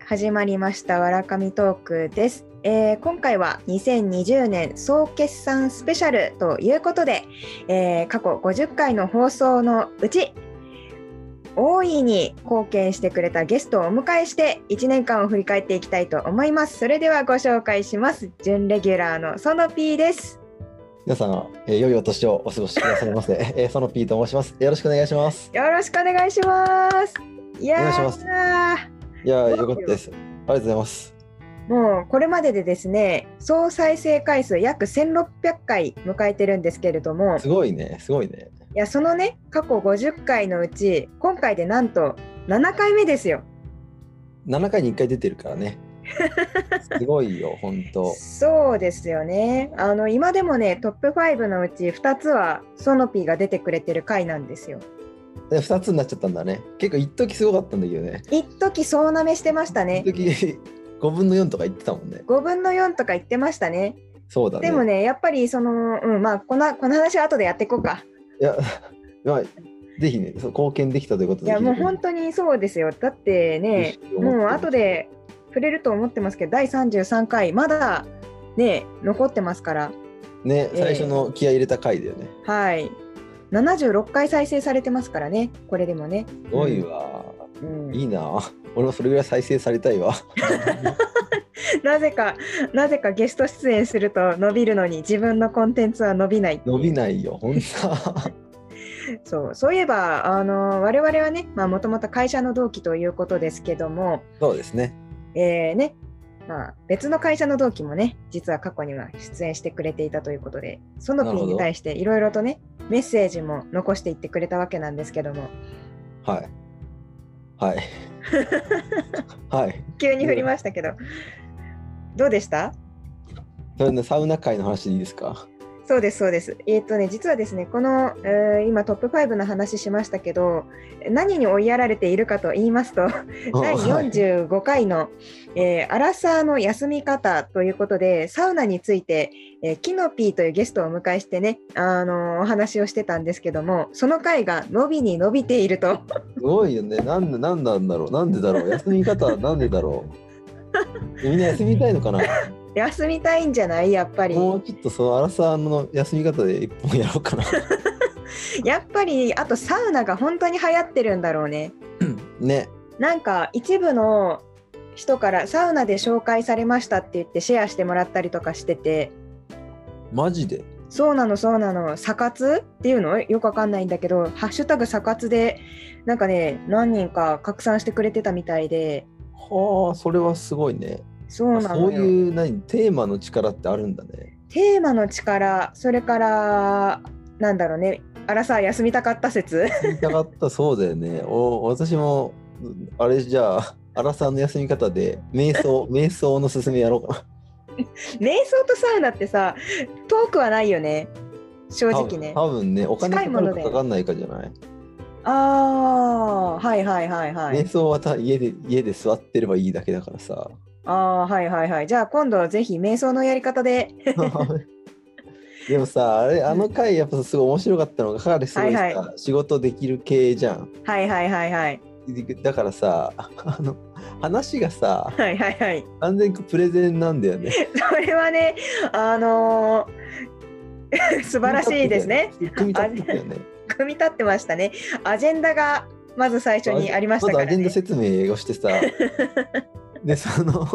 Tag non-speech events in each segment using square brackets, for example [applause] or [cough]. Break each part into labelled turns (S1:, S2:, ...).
S1: 始まりましたわらかみトークです、えー今回は2020年総決算スペシャルということで、えー過去50回の放送のうち大いに貢献してくれたゲストをお迎えして1年間を振り返っていきたいと思いますそれではご紹介します準レギュラーのその P です
S2: 皆さん、えー良いお年をお過ごしくださいませ。 [laughs] えー、その P と申します。よろしくお願いします。
S1: よろしくお願いしますいやー
S2: お願いしますいやー、よかったです。ありがとうございます。
S1: もうこれまででですね総再生回数約1600回迎えてるんですけれども
S2: すごいね、すごいね。
S1: いやそのね過去50回のうち今回でなんと7回目ですよ。
S2: 7回に1回出てるか
S1: [laughs]
S2: らね。すごいよ、ほんと。
S1: そうですよねあの今でもねトップ5のうち2つはソノピーが出てくれてる回なんですよ。
S2: で2つになっちゃったんだね。結構、一時すごかったんだけどね。
S1: 一時総なめしてましたね
S2: 一。時 [laughs] 5分の4とか言ってたもんね。
S1: 5分の4とか言ってましたね。
S2: そうだね。
S1: でもねやっぱりそのうんまあこのこの話は後でやっていこうか。
S2: いや、 [laughs] まあ、ぜひね、そう貢献できたということ
S1: い
S2: で。
S1: やもう本当にそうですよ。だってね、もう後で触れると思ってますけど、第33回、まだね、残ってますから、
S2: ね、
S1: ええ
S2: 最初の気合い入れた回だよね。
S1: はい。76回再生されてますからね、これでもね。
S2: すごいわ。
S1: うん
S2: いいな。俺もそれぐらい再生されたい
S1: [laughs]
S2: わ。
S1: なぜか、なぜかゲスト出演すると伸びるのに、自分のコンテンツは伸びないっていう
S2: 伸びないよ、
S1: [laughs]
S2: ほんと。
S1: そうそういえば、あの我々はね、もともと会社の同期ということですけども、
S2: そうですね。
S1: えーねまあ、別の会社の同期もね、実は過去には出演してくれていたということで、その
S2: なる
S1: ピ
S2: ほ
S1: ン
S2: ど
S1: に対していろいろとね、メッセージも残していってくれたわけなんですけども、
S2: はい。はい。はい。
S1: 急に振りましたけど、どうでした
S2: それね、サウナ界の話でいいですか。
S1: そうです、そうです。えーっとね、実はですね、この、えー今トップ5の話しましたけど、何に追いやられているかと言いますと、第
S2: はい
S1: 45回の、えーアラサーの休み方ということで、サウナについて、えーキノピーというゲストをお迎えしてね、あのーお話をしてたんですけども、その回が伸びに伸びていると、 [laughs]
S2: すごいよね。なんで、なんなんだろう。なんでだろう。休み方はなんでだろう。みんな休みたいのかな。
S1: 休みたいんじゃないやっぱり。
S2: もうちょっとそのアラサーの休み方で一本やろうかな。
S1: やっぱり、あとサウナが本当に流行ってるんだろうね。
S2: ね。
S1: なんか一部の人からサウナで紹介されましたって言ってシェアしてもらったりとかしてて、
S2: マジで。
S1: そうなのそうなの「サ活」っていうのよくわかんないんだけど「ハッシュタグサ活」でなんかね何人か拡散してくれてたみたいで
S2: はあ、それはすごいね。
S1: そうな
S2: そ
S1: の
S2: う
S1: よ
S2: いう、何、テーマの力ってあるんだね。
S1: テーマの力それからなんだろうねあらさ休みたかった説 [laughs]
S2: 聞いたかった、そうだよね。お、私も。あれじゃあ。アラサーの休み方で瞑
S1: [laughs]
S2: 想瞑想の勧めやろうかな
S1: 瞑想とサウナってさ遠くはないよね正直ね
S2: 多分多分ねお金
S1: 近い
S2: か
S1: も
S2: か
S1: の
S2: る
S1: で
S2: かかかんないかじゃない、
S1: あーはいはいはいはい、
S2: 瞑想はた家で家で座ってればいいだけだからさ [laughs]
S1: あーはいはいはいじゃあ今度ぜひ瞑想のやり方で
S2: でもさあれあの回やっぱすごい面白かったのが彼すごいさ、
S1: はいは
S2: 仕事できる系じゃん
S1: はいはいはいはい
S2: だからさあの話がさ
S1: はいはいはい
S2: 完全にプレゼンなんだよね
S1: それはね、あのー [laughs] 素晴らしいですね。
S2: 組み立ってたよね
S1: 組み立ってましたね。アジェンダがまず最初にありました
S2: ず
S1: か
S2: ア
S1: ら
S2: ジェン
S1: ね
S2: ダ。説明をし
S1: [laughs]
S2: てさでその [laughs]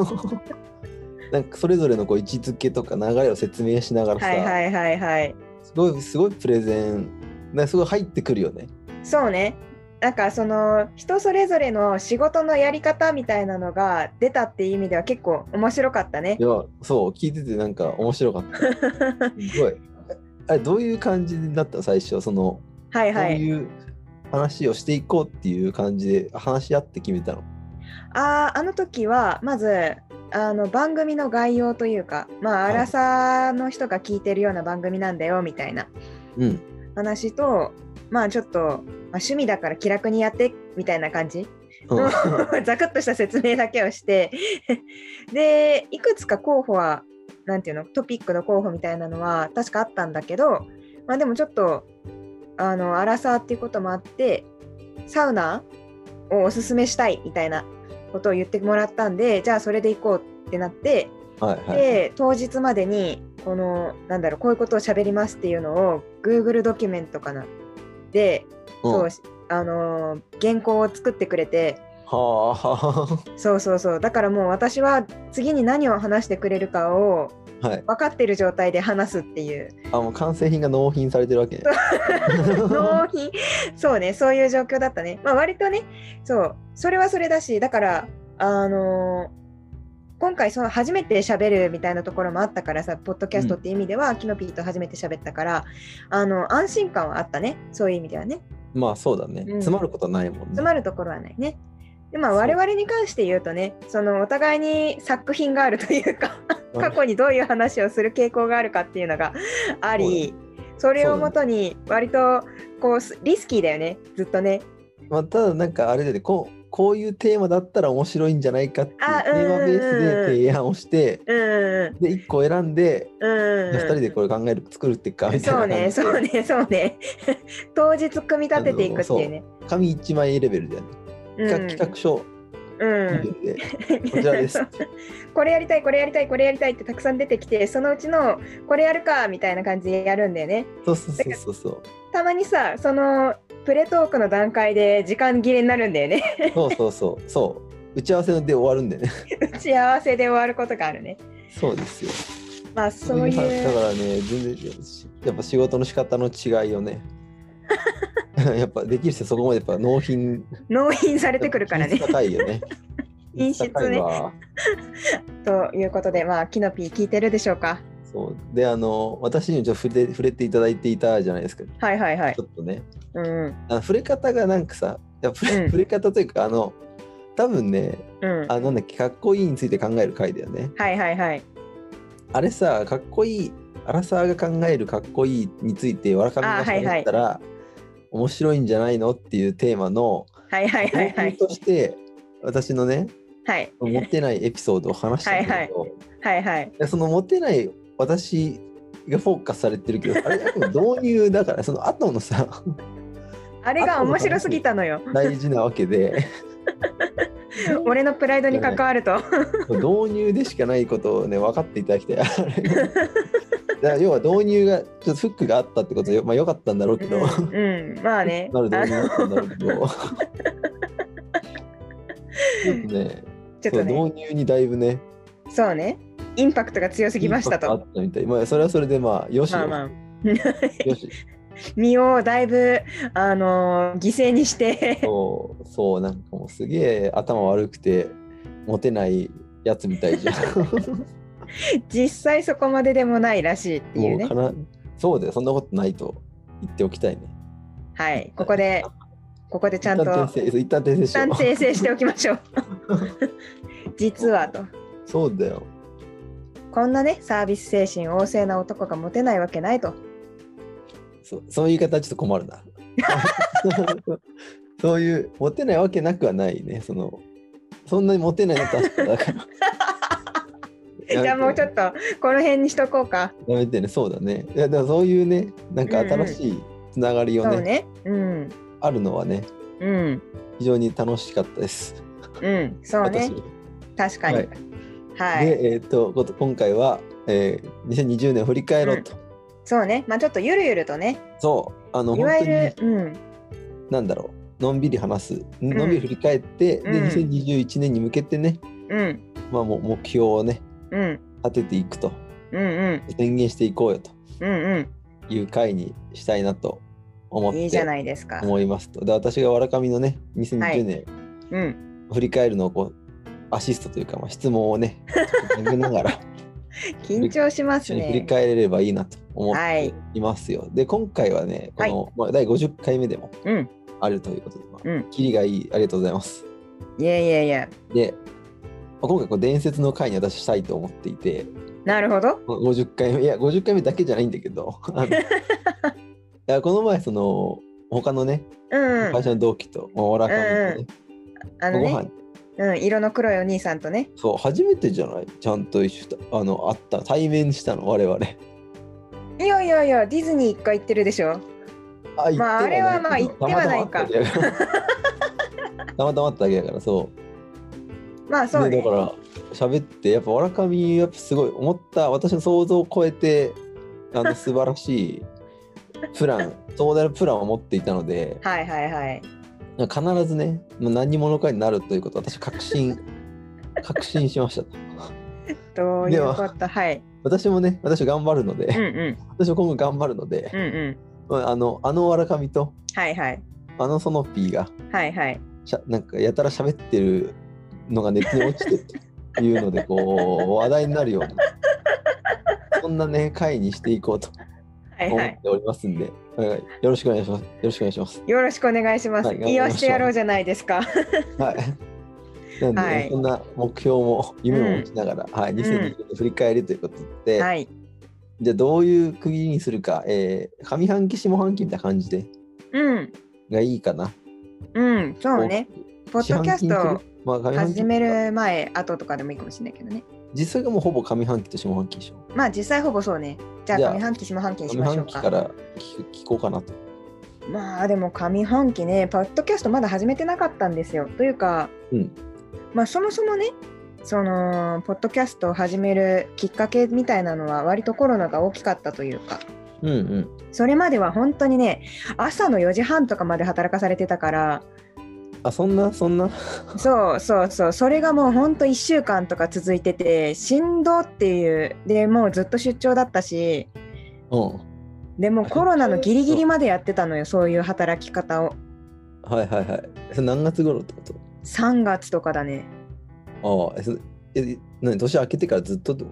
S2: なんかそれぞれのこう位置づけとか流れを説明しながらさ、
S1: はいはいはいはい。
S2: すごいすごいプレゼンなんかすごい入ってくるよね。
S1: そうね。なんかその人それぞれの仕事のやり方みたいなのが出たっていう意味では結構面白かったね
S2: い。やそう聞いててなんか面白かった。すごい。あれどういう感じだった最初その、
S1: [laughs] はいは
S2: どう
S1: い。
S2: いう話をしていこうっていう感じで話し合って決めたの。
S1: あーあの時はまずあの番組の概要というか、まあ、ア
S2: はい
S1: ラサーの人が聞いてるような番組なんだよみたいな
S2: うん。
S1: 話とまあちょっと、まあ、趣味だから気楽にやってみたいな感じ
S2: [laughs] う
S1: [laughs]
S2: ん
S1: ざくっとした説明だけをして [laughs] でいくつか候補はなんていうのトピックの候補みたいなのは確かあったんだけどまあでもちょっとあのアラサーっていうこともあってサウナをおすすめしたいみたいなことを言ってもらったんでじゃあそれで行こうってなって
S2: はいはい。
S1: で当日までにこのなんだろうこういうことを喋りますっていうのを Google ドキュメントかなで、
S2: うん
S1: そうあのー原稿を作ってくれて
S2: はあ。
S1: そうそうそうだからもう私は次に何を話してくれるかを
S2: [laughs] はい。
S1: 分かってる状態で話すっていう
S2: あ、もう完成品が納品されてる
S1: [laughs]
S2: わけね。 [laughs]
S1: 納品そうねそういう状況だったねまあ割とねそうそれはそれだしだからあのー今回その初めて喋るみたいなところもあったからさポッドキャストっていう意味では、キノピーと初めて喋ったからあの安心感はあったねそういう意味ではね
S2: まあそうだね。
S1: ん
S2: 詰まることはないもんね。
S1: 詰まるところはないねでまあ
S2: そう
S1: 我々に関して言うとねそのお互いに作品があるというか
S2: うん
S1: 過去にどういう話をする傾向があるかっていうのがありそれをもとに割とこうすリスキーだよねずっとね
S2: まあただなんかあれだよね。こうこういうテーマだったら面白いんじゃないかっていうテ
S1: あ
S2: ーマベースで提案をして、
S1: うんうん
S2: で1個選んで、
S1: うん
S2: じ
S1: うん
S2: ゃあ2人でこれ考える作るっていうかみたいな
S1: そう
S2: 感じ
S1: ね
S2: で。
S1: そうねそうね当日組み立てていくっていうね
S2: 紙一枚レベルだよね。
S1: うん
S2: 企画企画書
S1: う
S2: レ
S1: ん。
S2: ベルで、こちらです
S1: これやりたいこれやりたいこれやりたいってたくさん出てきてそのうちのこれやるかみたいな感じでやるんだよね
S2: そうそうそうそうそう。
S1: たまにさそのプレトークの段階で時間切れになるんだよね [laughs]
S2: そうそうそうそう。打ち合わせで終わるんだよね。
S1: 打ち合わせで終わることがあるね
S2: そうですよ。
S1: まあそう
S2: [laughs] だ
S1: いう
S2: からね、全然しやっぱ仕事の仕方の違い
S1: [laughs]
S2: よね。やっぱできる人そこまでやっぱ納品
S1: 納品されてくるから
S2: 品
S1: ね
S2: 質。高いよね。
S1: [laughs] 品質ね
S2: 高いわ
S1: ということで、まあ、キノピー聞いてるでしょうか。
S2: そうであの私にもちょっと触れ触れていただいていたじゃないですか。ち
S1: はいはいはい
S2: ょ。っとね、
S1: うん
S2: あの触れ方がなんかさ、いや触れ
S1: うん
S2: 触れ方というかあの多分ね、
S1: うん。
S2: あなんだっけかっこいいについて考える回だよね。
S1: はいはいはい。
S2: あれさかっこいいアラサーが考えるかっこいいについてわらかみが
S1: あはいはい
S2: 喋ったら、面白いんじゃないのっていうテーマの
S1: はいはいはいは
S2: 冒
S1: い
S2: 険。として私のね
S1: はい
S2: 持ってないエピソードを話したんだけど、
S1: はいはい。
S2: でその持ってない私がフォーカスされてるけどあれあくまで導入だからその後
S1: [laughs]
S2: のさ
S1: あれが面白すぎたのよ。
S2: 大事なわけで
S1: 俺のプライドに関わると。
S2: 導入でしかないことをね分かっていただきたい。あ
S1: [laughs]
S2: れがだから要は導入がちょっとフックがあったってことよまあ良かったんだろう
S1: う
S2: けど。
S1: ん、うんまあね。
S2: なる
S1: あ
S2: ど、
S1: の
S2: なるど。ちょっとね、
S1: ちょっと
S2: そう
S1: ね。
S2: 導入にだいぶね、
S1: そうね。インパクトが強すぎました
S2: インパ
S1: と。
S2: クトあったみたい。まあ、それはそれでまあ、よしよ、
S1: まあまあ。
S2: よし。
S1: 身をだいぶ、あのー犠牲にして。 [laughs]
S2: そう、そう、なんかもうすげえ頭悪くて、モテないやつみたいじゃん。
S1: 実際そこまででもないら [laughs] しいっていう
S2: もう
S1: ね
S2: か。な、そうだよ、そんなことないと言っておきたいね。
S1: はい。ここで、ここでちゃん
S2: 一旦
S1: と。
S2: 訂正、一旦訂正
S1: 一
S2: しよ
S1: 旦
S2: う。
S1: 訂正しておきましょう実はと
S2: [laughs] そうだよ。
S1: こんなねサービス精神旺盛な男がモテないわけないと
S2: そうそういう言い方はちょっと困るな。そういうモテないわけなくはないね。そのそんなにモテないの確かだから。
S1: [laughs] じゃあもうちょっとこの辺にしとこうか
S2: とやめてね。そうだね。いやでもそういうね、なんか新しいつながりをね,、
S1: そうねうん
S2: あるのはね、
S1: うん
S2: 非常に楽しかったです。
S1: うんそうね
S2: 私に
S1: 確かにはい、
S2: で、えっ、とこと今回は、えー、2020年を振り返ろうと。
S1: そうねまあちょっとゆるゆるとね
S2: そうあの
S1: い
S2: 本
S1: わ
S2: 当
S1: ゆ
S2: に
S1: るうん
S2: なんだろう。のんびり話す、のんびり振り返って、
S1: うん
S2: で2021年に向けてね、
S1: うん
S2: まあ、もう目標をね
S1: うん
S2: 立てていくと
S1: うんうん
S2: 宣言していこうよと
S1: うん
S2: いう回にしたいなと思
S1: う
S2: っ
S1: ん
S2: て
S1: いいじゃないですか
S2: 思いますと。で私がわらかみのね
S1: はい
S2: 2020年
S1: うん
S2: 振り返るのをこうアシストというか、まあ、質問
S1: [laughs]
S2: をね投げながら
S1: 緊張しま
S2: 一
S1: す
S2: 緒に振り
S1: ね
S2: 返れればいいなと思っ
S1: はい
S2: ていますよ。で今回はねこの、まあ、第50回目でも
S1: うん
S2: あるということで、まあ
S1: うん
S2: キリがいいありがとうございます。
S1: いやいやいや
S2: でまあ今回こう伝説の回に私したいと思っていて。
S1: なるほど
S2: まあ50回目いや50回目だけじゃないんだけどあの
S1: [laughs]
S2: いやこの前その他のね
S1: うん
S2: 会社の同期と、まあわらかみとね
S1: あの
S2: ご
S1: ね
S2: 飯
S1: うん色の黒いお兄さんとね
S2: そう初めてじゃないちゃんと一緒だあの会った対面したの我々
S1: いやいやいや、ディズニー一回行ってるでしょ。
S2: あ
S1: まあ
S2: 行って
S1: あれはまあ
S2: ないけ
S1: 行
S2: ど
S1: ってはないか
S2: [laughs] たまたま会っただけだからたまたま会っただけだからそ
S1: まあそうね
S2: だから喋ってやっぱわらかみやっぱすごい思った私の想像を超えてあの素晴らしいプラン [laughs] 壮大なプランを持っていたので
S1: はいはいはい
S2: 必ずねもう何者かになるということを私
S1: [laughs]
S2: 確信確信しました
S1: どういうことはい
S2: 私もね私頑張るので、
S1: うんうん
S2: 私も今後頑張るので
S1: う、んうん
S2: まああのあのわらかみと
S1: はいはい
S2: あのそのピーが
S1: はいはい
S2: しゃなんかやたら喋ってるのがネットに落ちてるというので
S1: [laughs]
S2: こう話題になるようなそんなね回にしていこうと
S1: はい
S2: 思
S1: は
S2: っ
S1: い
S2: ておりますんで、はいはいよろしくお願いしますよろしくお願いします
S1: よろしくお願いします、
S2: はい
S1: 言い合わせてやろうじゃないですか
S2: はいなんで、
S1: はい
S2: そんな目標も夢も持ちながら、はい、2020年振り返りということで、
S1: はい
S2: じゃあどういう区切りにするか、えー上半期下半期みたいな感じで
S1: うん
S2: がいいかな
S1: うんそうねポッドキャスト
S2: を
S1: 始める前後とかでもいいかもしれないけどね
S2: 実際がもうほぼ上半期と下半期でしょ
S1: まあ実際ほぼそうねじゃあ
S2: じゃあ
S1: 上半期下半期にし
S2: 上
S1: ましょ
S2: 半
S1: う
S2: 期
S1: か
S2: から聞く聞こうかなと
S1: まあでも上半期ねポッドキャストまだ始めてなかったんですよというか、
S2: うん
S1: まあそもそもねそのポッドキャストを始めるきっかけみたいなのは割とコロナが大きかったというか
S2: うんうん
S1: それまでは本当にね朝の4時半とかまで働かされてたから
S2: あそんなそんな
S1: そうそうそうそれがもうほんと1週間とか続いててしんどっていうでもうずっと出張だったし
S2: うん
S1: でもうコロナのギリギリまでやってたのよそういう働き方を
S2: はいはいはいそれ何月頃ってこと
S1: 3月とかだね
S2: ああ、えそえ、なに、年明けてからずっとってこ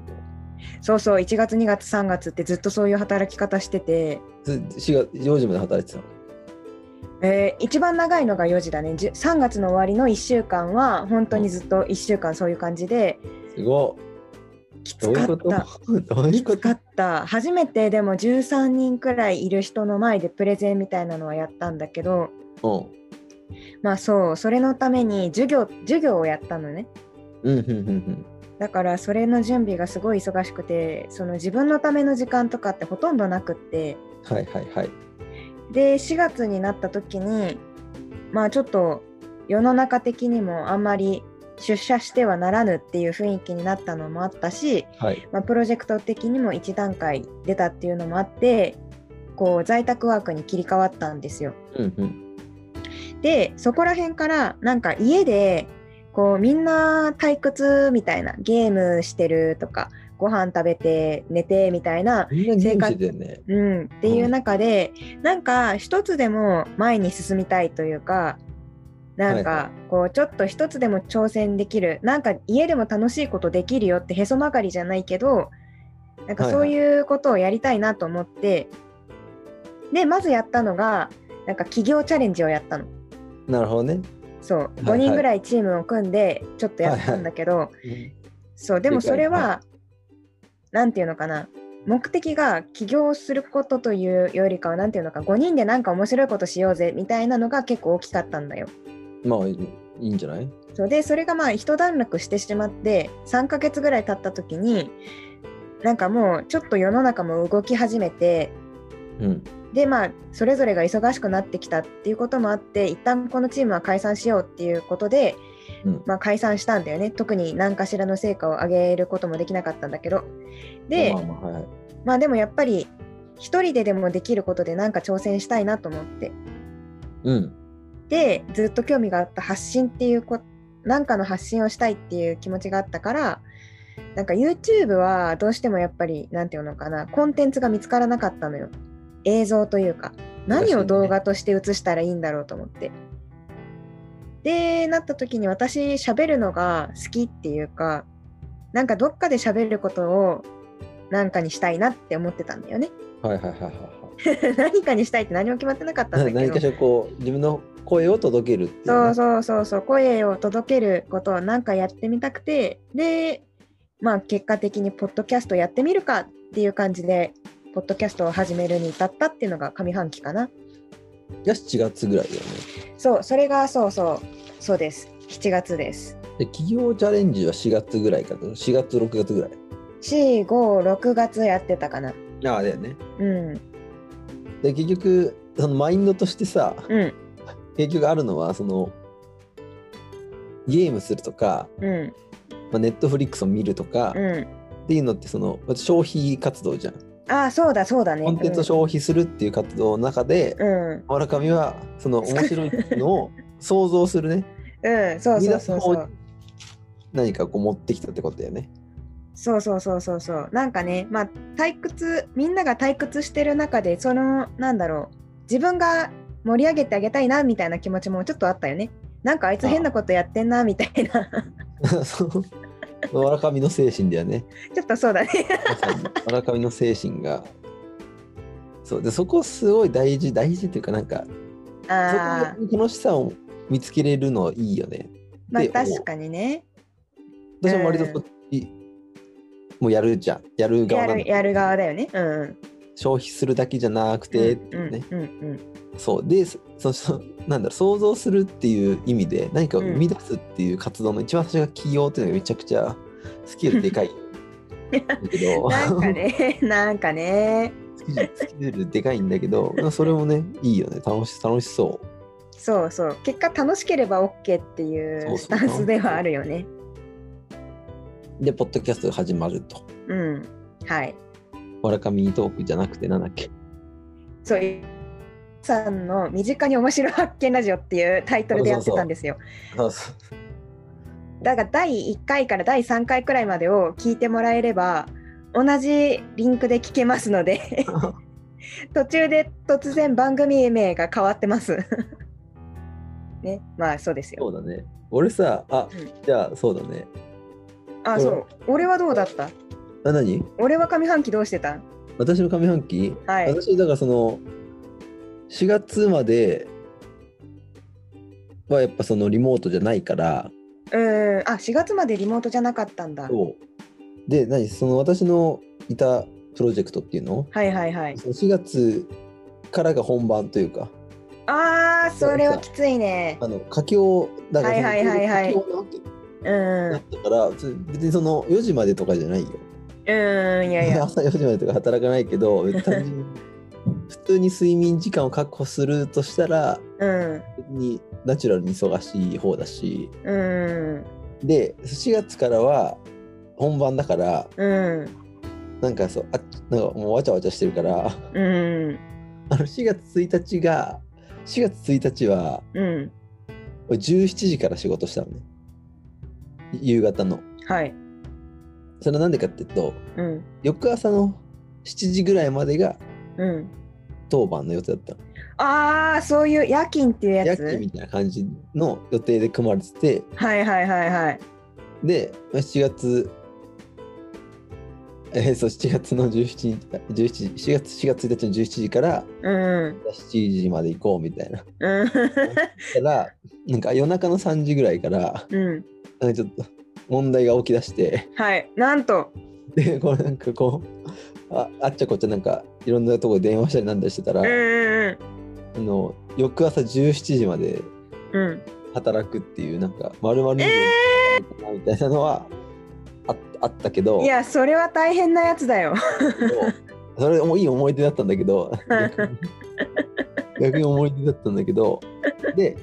S1: そうそう1月2月3月ってずっとそういう働き方してて、
S2: とず ?4 月、4時まで働いてたの。
S1: えー一番長いのが4時だねじゅ3月の終わりの1週間は本当にずっと1週間そういう感じです
S2: ご
S1: きつ
S2: い。どうい
S1: か
S2: う
S1: っ
S2: こと
S1: た
S2: [laughs] どうい
S1: き
S2: うこ
S1: つか
S2: と
S1: った初めてでも13人くらいいる人の前でプレゼンみたいなのはやったんだけどまあそうそれのために授業授業をやったのね
S2: うん。うん、うん、うん、
S1: だからそれの準備がすごい忙しくてその自分のための時間とかってほとんどなくって、
S2: うん。はいはいはい。
S1: で4月になった時にまあちょっと世の中的にもあんまり出社してはならぬっていう雰囲気になったのもあったし、
S2: はい。
S1: まあ、プロジェクト的にも一段階出たっていうのもあってこう在宅ワークに切り替わったんですよ。
S2: うん、うん。
S1: でそこら辺からなんか家でこうみんな退屈みたいなゲームしてるとかご飯食べて寝てみたいな
S2: みんなゲームしてたよね。
S1: うん、っていう中で、なんか一つでも前に進みたいというかなん
S2: はい
S1: かこうちょっと一つでも挑戦できるなんか家でも楽しいことできるよってへそ曲がりじゃないけどなんか
S2: はい
S1: そ
S2: は
S1: う
S2: い
S1: いうことをやりたいなと思って、でまずやったのがなんか企業チャレンジをやったの
S2: なるほどね。
S1: そう
S2: いは
S1: 5
S2: い
S1: 人ぐらいチームを組んでちょっとやったんだけど、そうでもそれは、なんていうのかな目的が起業することというよりかはなんていうのか5人でなんか面白いことしようぜみたいなのが結構大きかったんだよ。
S2: まあ、いいんじゃない
S1: そうでそれがまあ一段落してしまって3ヶ月ぐらい経った時になんかもうちょっと世の中も動き始めて
S2: うん。
S1: でまあそれぞれが忙しくなってきたっていうこともあって一旦このチームは解散しようっていうことで、
S2: うん
S1: まあ、解散したんだよね特に何かしらの成果を上げることもできなかったんだけどで、
S2: まあまあ、はい。
S1: まあでもやっぱり一人ででもできることでなんか挑戦したいなと思って
S2: うん。
S1: でずっと興味があった発信っていうこなんかの発信をしたいっていう気持ちがあったからなんか YouTube はどうしてもやっぱりなんていうのかなコンテンツが見つからなかったのよ映像というか何を動画として映したらいいんだろうと思って。でなった時に私喋るのが好きっていうかなんかどっかで喋ることをなんかにしたいなって思ってたんだよね。 [laughs]
S2: はいはいはいはい
S1: 何かにしたいって何も決まってなかったんだ
S2: はい。
S1: けど
S2: 何かしらこう、自分の声を届けるっていう
S1: そ
S2: ね。
S1: うそうそうそう声を届けることをなんかやってみたくてでまあ結果的にポッドキャストやってみるかっていう感じでポッドキャストを始めるに至ったっていうのが上半期かな
S2: が7月ぐらいだよね。
S1: そうそれがそうそうそうです7月です
S2: で、企業チャレンジは4月ぐらいかと。4月、6月ぐらい。
S1: 456月やってたかな
S2: ああ、だよね。
S1: うん
S2: で結局そのマインドとしてさ
S1: うん
S2: 結局あるのはそのゲームするとか、
S1: うん
S2: まあ、ネットフリックスを見るとか、っ
S1: う
S2: ていうのってその消費活動じゃん。
S1: んああそうだそうだね
S2: コンテンツを消費するっていう活動の中で、
S1: うんうん
S2: 村上は
S1: [laughs]
S2: その面白いのを想像するね
S1: うんそうそうそうそう
S2: 何かこう持ってきたってことだよね。 [laughs]
S1: そうそうそうそうそうなんかねまあ退屈みんなが退屈してる中でそのなんだろう自分が盛り上げてあげたいなみたいな気持ちもちょっとあったよねなんかあいつ変なことやってんなみたいな [laughs]
S2: そう村上の精神だよね。
S1: ちょっとそうだ
S2: [laughs]
S1: ね
S2: まさに村上の精神が。そうでそこすごい大事大事っていうかなんかそ
S1: ああ
S2: こに楽しさを見つけれるのいいよね。
S1: まあ
S2: で
S1: 確かにね
S2: 私も割とそっち、もうやるじゃんやる側
S1: や
S2: なんだ
S1: るやる側だよねうんうん
S2: 消費するだけじゃなくてっていうね、
S1: うんうん
S2: そうでそそそなんだろう想像するっていう意味で何かを生み出すっていう活動の一番最初が起業っていうのがめちゃくちゃスキルでかいだ
S1: う
S2: けど
S1: ん
S2: [laughs]
S1: [laughs] なんかねなんかね
S2: スキルスキルでかいんだけどそれもねいいよね楽し楽しそ
S1: そうそう結果楽しければ OK っていうス
S2: そうそう
S1: タンスではあるよね
S2: うでポッドキャストが始まると
S1: うんはい
S2: 村上トークじゃなくてなんだっけ
S1: そうさんの「身近に面白発見ラジオ」っていうタイトルでやってたんですよ
S2: そうそう
S1: だから第1回から第3回くらいまでを聞いてもらえれば同じリンクで聞けますの
S2: [laughs]
S1: で途中で突然番組名が変わってますねまあそうですよ
S2: そうだね俺さあ
S1: うん
S2: じゃあそうだね
S1: あそう俺はどうだった
S2: あ何
S1: 俺は上半期どうしてたん
S2: 私の上半期、
S1: はい
S2: 私だからその4月まではやっぱそのリモートじゃないから
S1: うーんあ4月までリモートじゃなかったんだ
S2: そうで何その私のいたプロジェクトっていうの
S1: はいはいはい
S2: その4月からが本番というか
S1: あーそれはきついね
S2: あの佳境だからその
S1: はいはいはいはい
S2: 佳境なわけ
S1: うん
S2: だ
S1: う
S2: ったから別にその4時までとかじゃないよ
S1: ーんいやいや
S2: 朝4時までとか働かないけど別に単純に普通に睡眠時間を確保するとしたら
S1: うん
S2: 別にナチュラルに忙しい方だし
S1: うん
S2: で4月からは本番だから
S1: うん
S2: なんかそうあなんかもうわちゃわちゃしてるからあ
S1: うん
S2: の4月1日が4月1日は
S1: うん
S2: 俺17時から仕事したのね夕方の
S1: はい
S2: それはなんでかっていうと
S1: うん
S2: 翌朝の7時ぐらいまでが
S1: うん
S2: 当番の予定だったの
S1: あーそういう夜勤っていうや
S2: 夜
S1: つ
S2: 勤みたいな感じの予定で組まれてて
S1: はいはいはいはい
S2: で7月えーそう7月の17日17 4月4月1日の17時から
S1: うん
S2: 7時まで行こうみたいな。
S1: うん
S2: たらなんか夜中の3時ぐらいから
S1: うん
S2: なんかちょっと問題が起き出して
S1: はいなんと
S2: でこれなんかこうああっちゃこっちゃなんかいろんなとこで電話したりなんだりしてたら、
S1: うんうん
S2: あの翌朝17時まで
S1: うんうん
S2: 働くっていうなんか丸々
S1: え
S2: みたいなのはあっあったけど
S1: いやそれは大変なやつだよ
S2: そうそれもいい思い出だったんだけど [laughs] 逆に逆に思い出だったんだけどで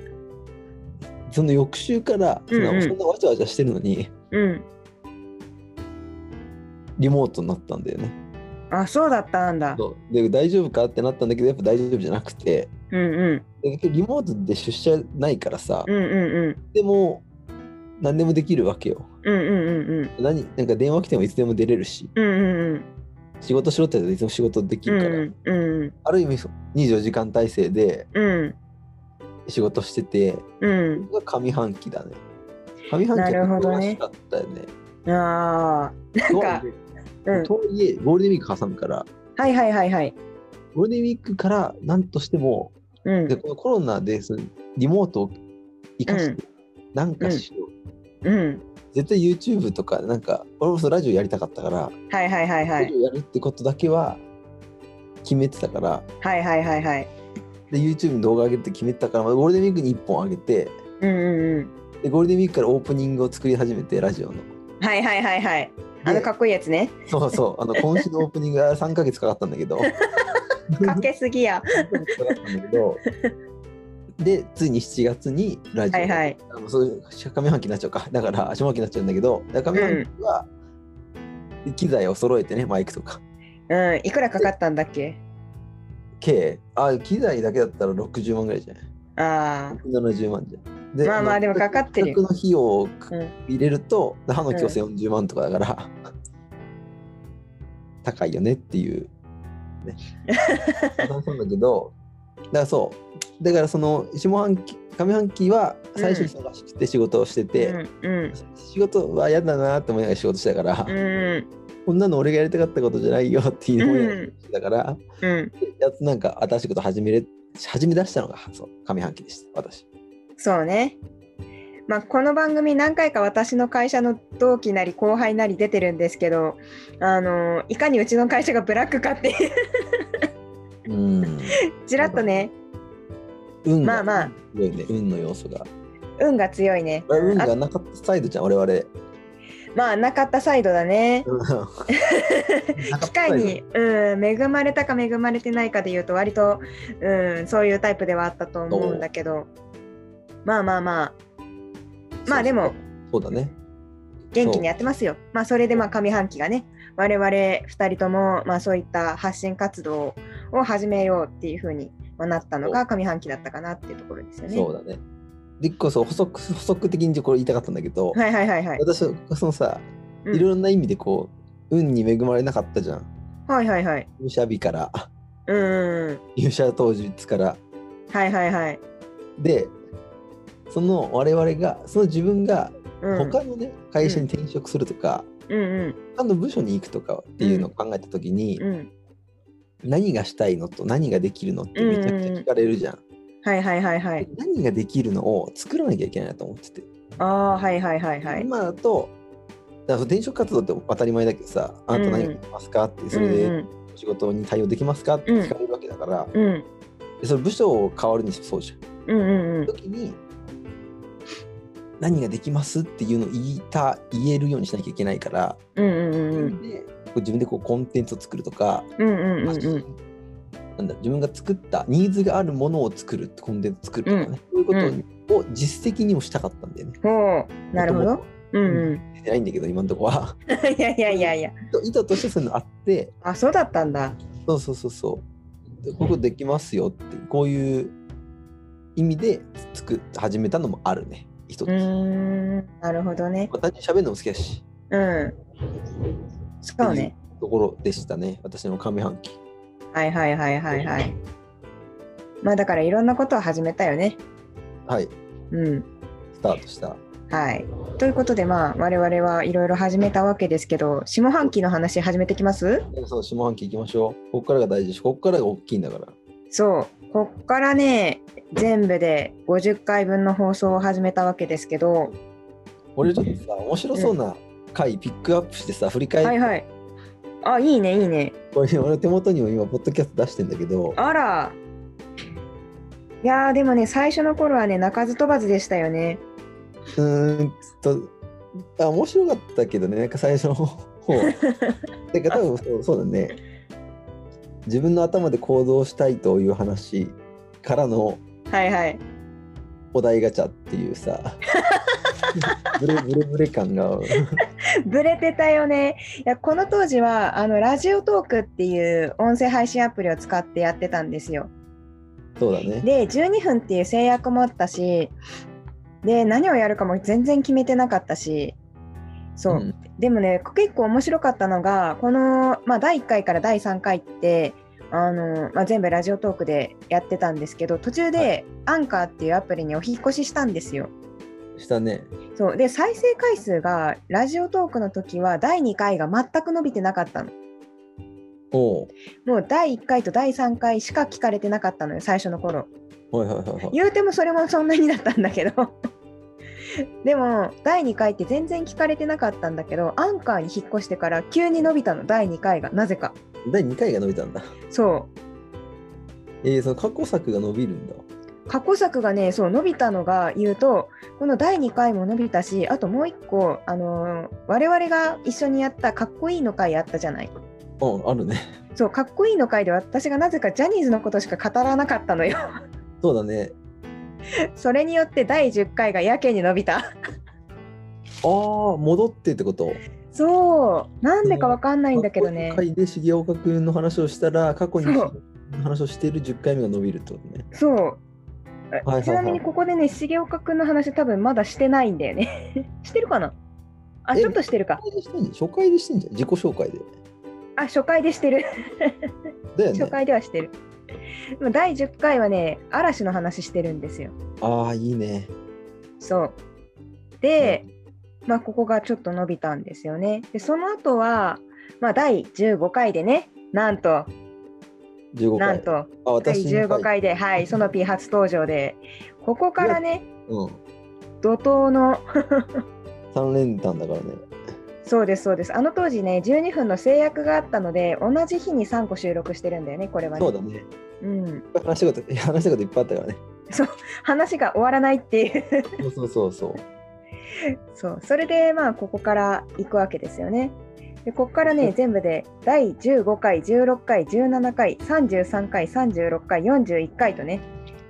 S2: その翌週からそんな,、
S1: うんうん
S2: そんなわちゃわちゃしてるのに
S1: うん
S2: リモートになったんだよね。
S1: あそうだったんだ
S2: そうで大丈夫かってなったんだけどやっぱ大丈夫じゃなくて
S1: うんうん
S2: で結局リモートで出社ないからさ、
S1: うんうん
S2: でも何でもできるわけよ。
S1: うんうんうんうんうん
S2: 何なんか電話来てもいつでも出れるし
S1: うんうんうん
S2: 仕事しろって言ったらいつでも仕事でき
S1: う
S2: るから、
S1: んうん
S2: ある意味そう24時間体制で
S1: うん
S2: 仕事してて
S1: うん
S2: が上半期だね。上半期
S1: な
S2: は
S1: るほど
S2: 忙
S1: ね
S2: しかったよね。
S1: うんあ
S2: と
S1: か
S2: はい
S1: あ
S2: え
S1: うん
S2: とはいえ、ゴールデンウィーク挟むから、
S1: はいはいはいはい
S2: ゴールデンウィークからなんとしても、
S1: うん
S2: でこのコロナでそのリモートを生かして、なんかしよう。
S1: うん
S2: 絶対 YouTube とか、なんか、俺もそのラジオやりたかったから、
S1: はいはいはいは
S2: ラ
S1: い
S2: ジオやるってことだけは決めてたから、
S1: はいはいはいはい
S2: で YouTube に動画上げるって決めてたから、まあゴールデンウィークに1本上げて、
S1: うんうんうん
S2: でゴールデンウィークからオープニングを作り始めて、ラジオの。
S1: はいはいはいはい。あの
S2: で
S1: かっこいいやつ
S2: [laughs]
S1: ね。
S2: そうそう、
S1: [laughs]
S2: あの今週のオープニングは3ヶ月かかったんだけど。
S1: かけすぎや。
S2: かかったんだけどでついに7月にラジオ、
S1: はいはい。
S2: あのそういう上半期になっちゃうかだから下半期になっちゃうんだけど上半期は機材を揃えてねマイクとか
S1: うん、いくらかかったんだっけ
S2: 計あ機材だけだったら60万ぐらいじゃない
S1: あ
S2: 70万じゃんで
S1: まあまあでもかかってるよ
S2: 企画の費用を
S1: あ、うん。
S2: 入れると歯の矯正40万とかだから、 [laughs] 高いよねっていう
S1: [laughs]
S2: ね話なんだけどだからそうだからその下半期上半期は最初忙しくて仕事をしてて、
S1: うん
S2: 仕事は嫌だなって思いながら仕事してたから、
S1: うんうん
S2: こんなの俺がやりたかったことじゃないよっていう思いながらしてたから、
S1: うん
S2: やつなんか新しいこと始めれ始め出したのがそう上半期でした私
S1: そうね。まあ、この番組何回か私の会社の同期なり後輩なり出てるんですけど、あのいかにうちの会社がブラックかって [laughs]
S2: うん
S1: ちらっとね
S2: 運
S1: ま
S2: が
S1: あまあ
S2: すごいね運の要素が
S1: 運が強いね
S2: 運
S1: あ
S2: がなかったサイドじゃん
S1: [laughs]
S2: 我々
S1: まあなかったサイドだね機
S2: 機
S1: 会に、うん、恵まれたか恵まれてないかでいうと割と、うん、そういうタイプではあったと思うんだけどまあまあまあまあでも
S2: そうだね
S1: 元気にやってますよ。まあそれでまあ上半期がね我々2人ともまあそういった発信活動を始めようっていうふうにまあなったのが上半期だったかなっていうところですよね。
S2: そうだねで一個そう補足補足的にこれ言いたかったんだけど、
S1: はいはいはいはい。
S2: 私はそのさい
S1: うん
S2: ろいろな意味でこう、運に恵まれなかったじゃん
S1: はいはいはい。
S2: 入社日から [laughs]
S1: うんうんうん。
S2: 入社当日から
S1: はいはいはい。
S2: でその我々がその自分が
S1: うん、
S2: 他のね、会社に転職するとか、
S1: うんうん
S2: 他の部署に行くとかっていうのを考えた時に、
S1: うん。
S2: 何がしたいのと何ができるのってめちゃくちゃ聞かれるじゃん、
S1: はいはいはいはい。
S2: 何ができるのを作らなきゃいけないなと思ってて、
S1: ああはいはいはいはい。
S2: 今だとだからその転職活動って当たり前だけどさあなた何ができますかってそれ
S1: う
S2: で
S1: ん
S2: お仕事に対応できますかって聞かれるわけだから、
S1: うんうん
S2: でその部署を変わるにしてもそうじゃん。
S1: うんうんうん。
S2: 時に何ができますっていうのを言いた言えるようにしなきゃいけないから、
S1: うんうんうん
S2: でこう自分でこうコンテンツを作るとか、
S1: うんうんうんうん
S2: なんだ自分が作ったニーズがあるものを作るコンテンツを作るとかね、そ
S1: う
S2: ういうことを実績にもしたかったんだよね。
S1: ほうなるほ
S2: もと
S1: ど
S2: もと。
S1: うんうん。
S2: してないんだけど今のとこは
S1: いやいやいやいや。
S2: 意図としてそういうのあって
S1: あそうだったんだ。
S2: そうそうそうそうでここできますよってこういう意味で作っ始めたのもあるね
S1: う
S2: 一つ、
S1: ーんなるほどね。
S2: まあ単純に喋るのも好きだし
S1: うん。そうね。
S2: ところでしたね私の上半期
S1: はいはいはいはいはい。まあだからいろんなことを始めたよね。
S2: はい
S1: うん。
S2: スタートした
S1: はい。ということでまあ我々はいろいろ始めたわけですけど、下半期の話始めてきます
S2: でそう下半期行きましょうここからが大事だしここからが大きいんだから
S1: そう。こっからね、全部で50回分の放送を始めたわけですけど、
S2: 俺ちょっとさ面白そうな回ピックアップしてさ振り返って、
S1: はいはい。あ、いいねいいね。
S2: これ俺手元にも今ポッドキャスト出してんだけど
S1: あら。いやーでもね、最初の頃はね、鳴かず飛ばずでしたよね。
S2: うーんとあ面白かったけどねなんか最
S1: [laughs]
S2: 初の方てか多分そうそうだね自分の頭で行動したいという話からの
S1: はいはい。
S2: お題ガチャっていうさブレブレブレ感が
S1: [laughs] ブレてたよね。いやこの当時はあのラジオトークっていう音声配信アプリを使ってやってたんですよ。
S2: そうだね
S1: で12分っていう制約もあったしで何をやるかも全然決めてなかったしそう、
S2: うん
S1: でもね結構面白かったのがこの、まあ、第1回から第3回ってあの、まあ、全部ラジオトークでやってたんですけど途中でアンカーっていうアプリにお引っ越ししたんですよ。
S2: したね
S1: そうで再生回数がラジオトークの時は第2回が全く伸びてなかったの
S2: おう
S1: もう第1回と第3回しか聞かれてなかったのよ最初の頃
S2: はいはいはいはい
S1: 言うてもそれもそんなにだったんだけど [laughs] でも第2回って全然聞かれてなかったんだけどアンカーに引っ越してから急に伸びたの第2回がなぜか
S2: 第2回が伸びたんだ
S1: そ
S2: えー、その過去作が伸びるんだ
S1: う過去作がねそう伸びたのが言うとこの第2回も伸びたしあともう1個、あのー我々が一緒にやった「かっこいい」の回あったじゃない
S2: うんあるね
S1: そう、
S2: [laughs]
S1: かっこいいの回で私がなぜかジャニーズのことしか語らなかったのよ。
S2: そうだね
S1: それによって第10回がやけに伸びた。
S2: ああ戻ってってこと
S1: そう。なんでかわかんないんだけどね
S2: 過。去10回で重岡君の話をしたら過去に
S1: そう
S2: 重岡君の話をしている10回目が伸びるってことね。
S1: そう。
S2: はいはいはい
S1: ちなみにここでね、重岡君の話多分まだしてないんだよね。 [laughs] してるかなあ、
S2: え
S1: ちょっとしてるか。
S2: 初回でしてんじゃん初回でしてんじゃん自己紹介で。
S1: あ、初回でしてる。
S2: だよ
S1: 初
S2: ね。
S1: 回ではしてる。でも第10回はね、嵐の話してるんですよ。
S2: ああいいね。
S1: そう。で、まあ、ここがちょっと伸びたんですよね。で、その後は、まあ、第15回でね、なんと、
S2: 15
S1: な
S2: 回。
S1: んと、
S2: あ
S1: 第
S2: 私の
S1: 15回で、はい、その P 初登場で、ここからね、
S2: うん、
S1: 怒涛の、
S2: 3連単だからね。
S1: そうです、そうです。あの当時ね、12分の制約があったので、同じ日に3個収録してるんだよね、これはね。
S2: そうだね。
S1: うん。
S2: 話したこと話したこといっぱいあったからね。
S1: 話が終わらないっていう。
S2: そうそうそうそう。
S1: そう。それで、まあ、ここから行くわけですよね。で、ここからね、全部で、第15回、16回、17回、33回、36回、41回とね。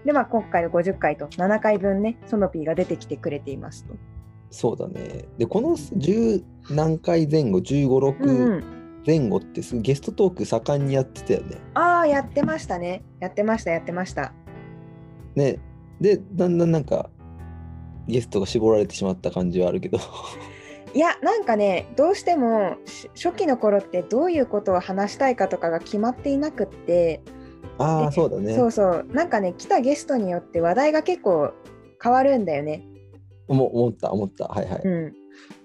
S1: で、まあ、今回の50回と7回分ね、ソノピーが出てきてくれていますと。
S2: そうだね。でこの10何回前後15、6、
S1: うんうん。
S2: 前後ってすごいゲストトーク盛んにやってたよね。
S1: ああ、やってましたね。やってました、やってました。
S2: ねでだんだんなんかゲストが絞られてしまった感じはあるけど
S1: いやなんかねどうしてもし初期の頃ってどういうことを話したいかとかが決まっていなくって、
S2: あ
S1: え
S2: [laughs] [laughs] あそうだね
S1: そうそうなんかね来たゲストによって話題が結構変わるんだよね。
S2: 思思った思ったはいはい、
S1: うん、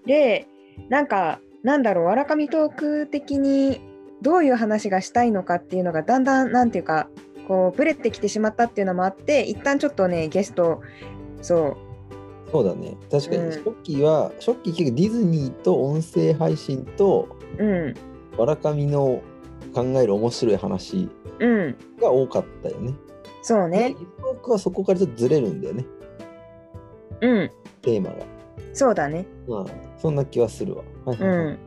S1: でなんかなんだろうわらかみトーク的にどういう話がしたいのかっていうのがだんだんなんていうかこうブレてきてしまったっていうのもあって一旦ちょっとねゲストそう
S2: そうだね確かに、
S1: うん
S2: 初期は初期結局ディズニーと音声配信と
S1: うん
S2: わらかみの考える面白い話
S1: うん
S2: が多かったよね。
S1: そう
S2: で
S1: ね
S2: トークはそこからちょっとずれるんだよね
S1: うん
S2: テーマが。
S1: そうだね、
S2: まあそんな気はするわ。はいはいはいう
S1: ん、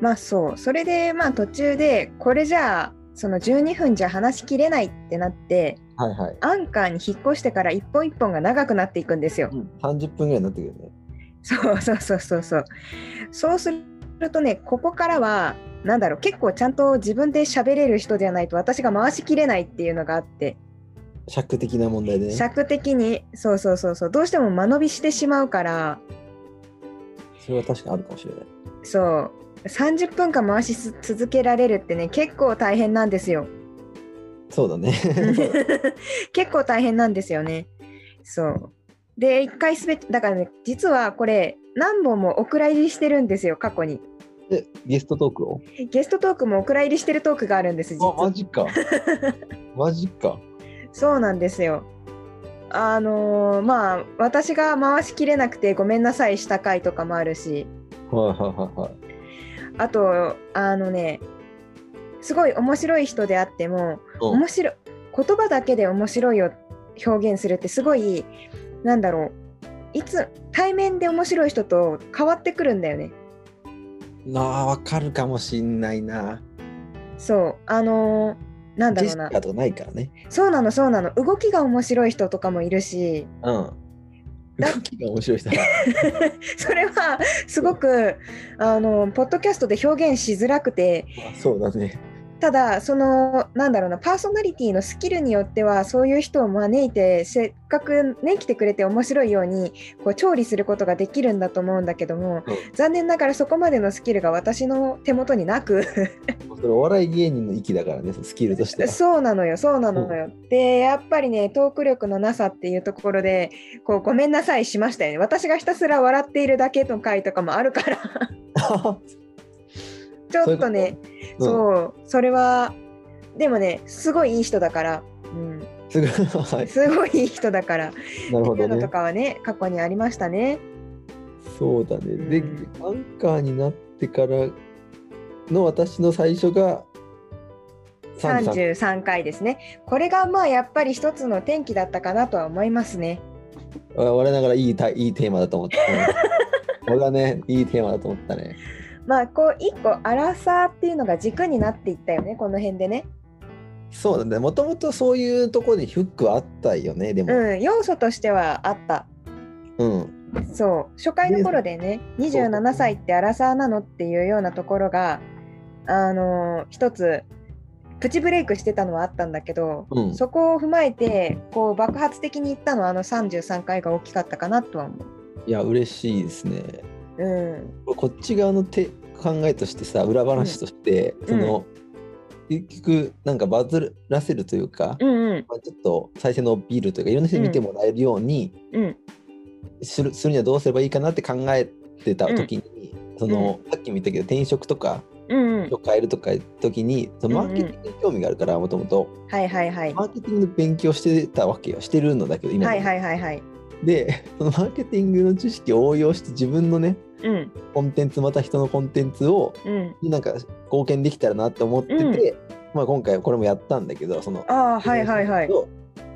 S1: まあそうそれでまあ途中でこれじゃあその12分じゃ話しきれないってなって
S2: はいはい、
S1: アンカーに引っ越してから一本一本が長くなっていくんですよ。
S2: 30分ぐらいになってくるよね。
S1: そうそうそうそうそう。そうするとねここからはなんだろう結構ちゃんと自分で喋れる人じゃないと私が回しきれないっていうのがあって
S2: 尺的な問題でね。
S1: 尺的にそうそうそうそうどうしても間延びしてしまうから
S2: それは確かにあるかもしれない。
S1: そう30分間回しす続けられるってね結構大変なんですよ。
S2: そう
S1: [laughs]
S2: だね。
S1: 結構大変なんですよね。そう。で、一回すべて、だからね、実はこれ、何本もお蔵入りしてるんですよ、過去に。
S2: で、ゲストトークを
S1: ゲストトークもお蔵入りしてるトークがあるんです、実
S2: あ、マ
S1: は。
S2: ジ
S1: [laughs]
S2: か。マジか。
S1: そうなんですよ。あのーまあ、私が回しきれなくてごめんなさいした回とかもあるし、
S2: はいはいはいはい。
S1: あと、あのね、すごい面白い人であっても、
S2: うん
S1: 面白い言葉だけで面白いを表現するってすごいなんだろういつ対面で面白い人と変わってくるんだよね
S2: なあ、わかるかもしんないな。
S1: そうあのーなんだ
S2: ジェ
S1: ろう
S2: スチャ
S1: な
S2: ーとかないからね。
S1: そうなのそうなの動きが面白い人とかもいるし
S2: うん。
S1: だ
S2: 動きが面白い人
S1: [laughs]
S2: だ。
S1: それはすごくあのポッドキャストで表現しづらくて
S2: あそうだね。
S1: ただそのなんだろうなパーソナリティのスキルによってはそういう人を招いてせっかくね来てくれて面白いようにこう調理することができるんだと思うんだけども、
S2: うん
S1: 残念ながらそこまでのスキルが私の手元になく
S2: それお笑い芸人の域だからね、スキルとしては。
S1: [laughs] そうなのよそうなのよ、でやっぱりねトーク力のなさっていうところでこうごめんなさいしましたよね私がひたすら笑っているだけの回とかもあるから [laughs] ちょっとね
S2: そういうこ
S1: そうそれはでもねすごいいい人だから。うん
S2: と。うん。すごい。はい。
S1: すごいいい人だから、
S2: なるほ
S1: そういうの
S2: ど
S1: と
S2: ね。
S1: かはね、過去にありましたね。
S2: そうだね。で
S1: うん、
S2: アンカーになってからの私の最初が33
S1: 33回ですね。これがまあやっぱり一つの転機だったかなとは思いますね。
S2: あ我ながらいいタイいいテーマだと思った。
S1: [laughs]
S2: 俺はね、いいテーマだと思ったね。
S1: まあこう一個アラサーっていうのが軸になっていったよね、この辺でね。
S2: そうなんだもともとそういうところにフックはあったよねでも、
S1: うん、要素としてはあった。
S2: うん
S1: そう初回の頃でね27歳ってアラサーなのっていうようなところがあのー一つプチブレイクしてたのはあったんだけど、
S2: うん
S1: そこを踏まえてこう爆発的にいったのはあの33回が大きかったかなとは思う。
S2: いや嬉しいですね
S1: うん、
S2: こっち側の手考えとしてさ裏話として、
S1: ん
S2: その結局なんかバズらせるというか、
S1: うんうん
S2: まあ、ちょっと再生のビールというかいろんな人に見てもらえるように
S1: うん
S2: する,、するにはどうすればいいかなって考えてた時に、そのさっきも言ったけど転職とか
S1: うんうん
S2: を変えるとかいう時にそのマーケティングに興味があるからもともと
S1: はいはいはい
S2: マーケティングの勉強してたわけよしてるのだけど今も
S1: はいはいはいはい
S2: でそのマーケティングの知識を応用して自分のね
S1: うん
S2: コンテンツまた人のコンテンツを
S1: うん
S2: なんか貢献できたらなって思ってて、まあ、今回これもやったんだけどその
S1: ああはいはいはい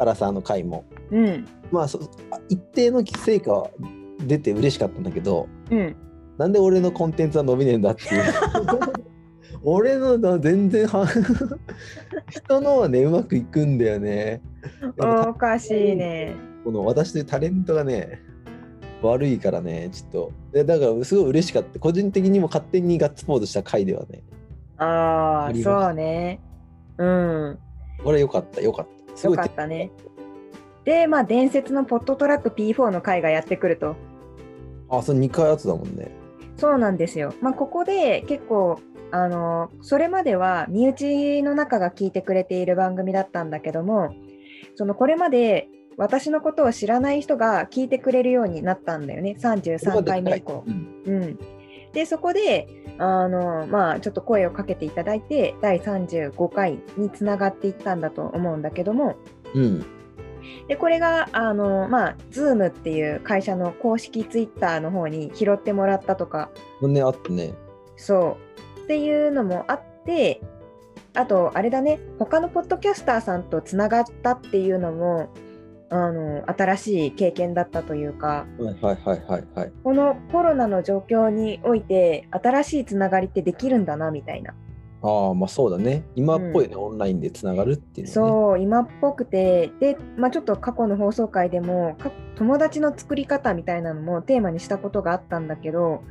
S2: アラサーの回も
S1: うん
S2: まあそあ一定の成果は出て嬉しかったんだけど
S1: うん
S2: なんで俺のコンテンツは伸びねえんだっていう
S1: [laughs]
S2: 俺のだ全然は人のはねうまくいくんだよね
S1: おかしいね
S2: この私のタレントがね悪いからねちょっとでだからすごい嬉しかった個人的にも勝手にガッツポーズした回ではね
S1: あ
S2: あ
S1: あ
S2: ります
S1: そうねうん
S2: これ良かった良かったす
S1: よ
S2: ごい
S1: かったね。で、まあ、伝説のポットトラック P4 の回がやってくると。
S2: あその2回やつだもんね
S1: そうなんですよ。まあ、ここで結構、あの、それまでは身内の中が聞いてくれている番組だったんだけども、そのこれまで私のことを知らない人が聞いてくれるようになったんだよね、33回目以降。
S2: うん
S1: うん、でそこであの、まあ、ちょっと声をかけていただいて第35回につながっていったんだと思うんだけども、
S2: うん
S1: でこれがあのまあ Zoom っていう会社の公式ツイッターの方に拾ってもらったとか
S2: ほんであったね
S1: そうっていうのもあってあとあれだね他のポッドキャスターさんとつながったっていうのもあの新しい経験だったというか
S2: はいはいはいはいはい
S1: このコロナの状況において新しいつながりってできるんだなみたいな
S2: ああまあそうだね今っぽいね、オンラインでつながるっていうのはね
S1: そう今っぽくてで、まあ、ちょっと過去の放送回でもか友達の作り方みたいなのもテーマにしたことがあったんだけど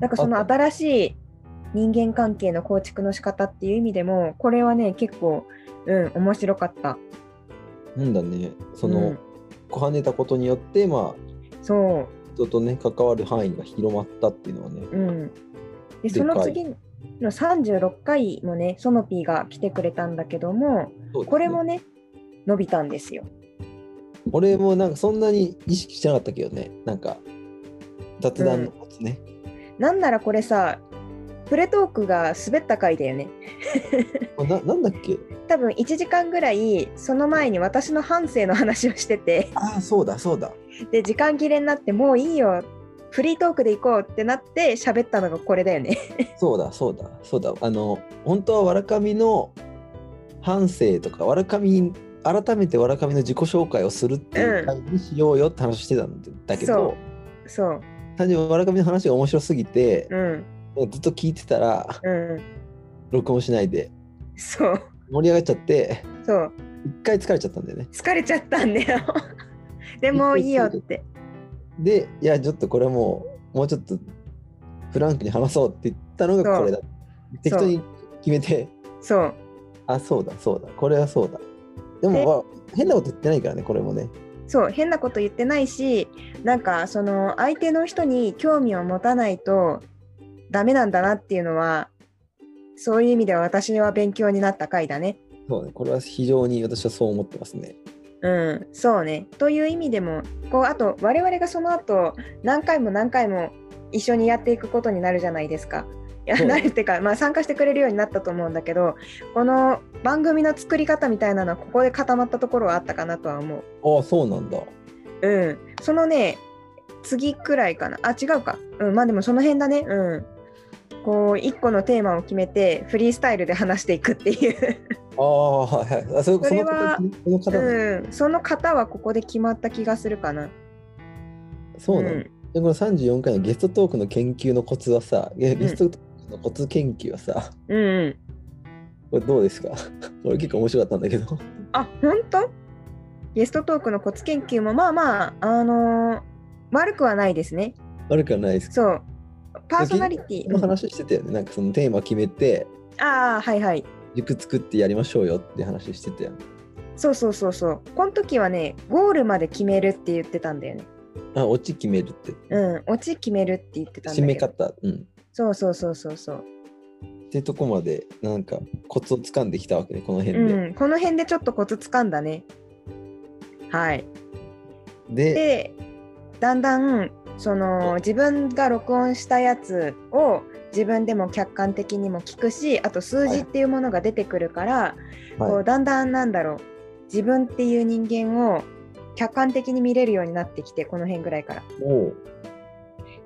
S1: なんかその
S2: あった
S1: 新しい人間関係の構築の仕方っていう意味でもこれはね結構、うん、面白かった。
S2: なんだねそ
S1: う
S2: の、
S1: ん
S2: こはねたことによってまあ
S1: そ
S2: 人とね関わる範囲が広まったっていうのはね
S1: う、うん、で
S2: でかい
S1: その次の36回もねソノピーが来てくれたんだけども
S2: そうですね
S1: これもね伸びたんですよ。
S2: 俺もなんかそんなに意識してなかったけどねなんか雑談のコツね、
S1: なんならこれさプレトークが滑った回だよね。
S2: あななんだっけ
S1: 多分1時間ぐらいその前に私の半生の話をしてて [laughs]
S2: ああそうだそうだ
S1: で時間切れになってもういいよフリートークで行こうってなって喋ったのがこれだよね。 [laughs]
S2: そうだそうだそうだあの本当はわらかみの反省とかわらかみ改めてわらかみの自己紹介をするっていう会にしようよって話してたんだけど、
S1: そそう、
S2: 単純にわらかみの話が面白すぎて、
S1: うん、
S2: ずっと聞いてたら
S1: うん、
S2: 録音しないで
S1: そう、
S2: 盛り上がっちゃって
S1: そう、
S2: 一回疲れちゃったんだよね
S1: 疲れちゃったんだよ。 [laughs] でもういいよって。
S2: でいやちょっとこれもうもうちょっとフランクに話そうって言ったのがこれだ適当に決めて
S1: そう、
S2: あそうだそうだこれはそうだで
S1: で
S2: も、まあ変なこと言ってないからねこれもね
S1: そう、変なこと言ってないし、なんかその相手の人に興味を持たないとダメなんだなっていうのは、そういう意味では私は勉強になった回だね。
S2: そうねこれは非常に私はそう思ってますね
S1: うん、そうね。という意味でも、こうあと我々がその後何回も何回も一緒にやっていくことになるじゃないですか。いや
S2: そう
S1: なるっていうか、まあ、参加してくれるようになったと思うんだけどこの番組の作り方みたいなのはここで固まったところはあったかなとは思う。
S2: ああそうなんだ
S1: うん、そのね次くらいかなあ違うか、うん、まあでもその辺だね。うんこう1個のテーマを決めてフリースタイルで話していくっていう、
S2: ああはいはいあそ
S1: それは
S2: その形ねこの方ね、
S1: うん、その方はここで決まった気がするかな。
S2: そうなんだ、
S1: ん
S2: でこの34回のゲストトークの研究のコツはさいやゲストトークのコツ研究はさ、
S1: うんうん
S2: これどうですか [laughs] これ結構面白かったんだけど。
S1: あ本当ゲストトークのコツ研究もまあまあ、あのー悪くはないですね。
S2: 悪くはないですか
S1: そう。パーソナリティ。
S2: の話してたよね。なんかそのテーマ決めて、
S1: うんああ、はいはい。
S2: 塾作ってやりましょうよって話してたよね。
S1: そうそうそうそう。この時はね、ゴールまで決めるって言ってたんだよね。
S2: あ、オチ決めるって。
S1: うん、オチ決めるって言ってたんだけ
S2: 締
S1: ど。
S2: め方。うん。
S1: そうそうそうそうそう。
S2: ってとこまで、なんかコツをつかんできたわけね、この辺で。
S1: うん、この辺でちょっとコツつかんだね。はい。
S2: で、
S1: でだんだんその自分が録音したやつを自分でも客観的にも聞くしあと数字っていうものが出てくるから、こ
S2: は
S1: うだんだんなんだろう自分っていう人間を客観的に見れるようになってきてこの辺ぐらいから
S2: い、もう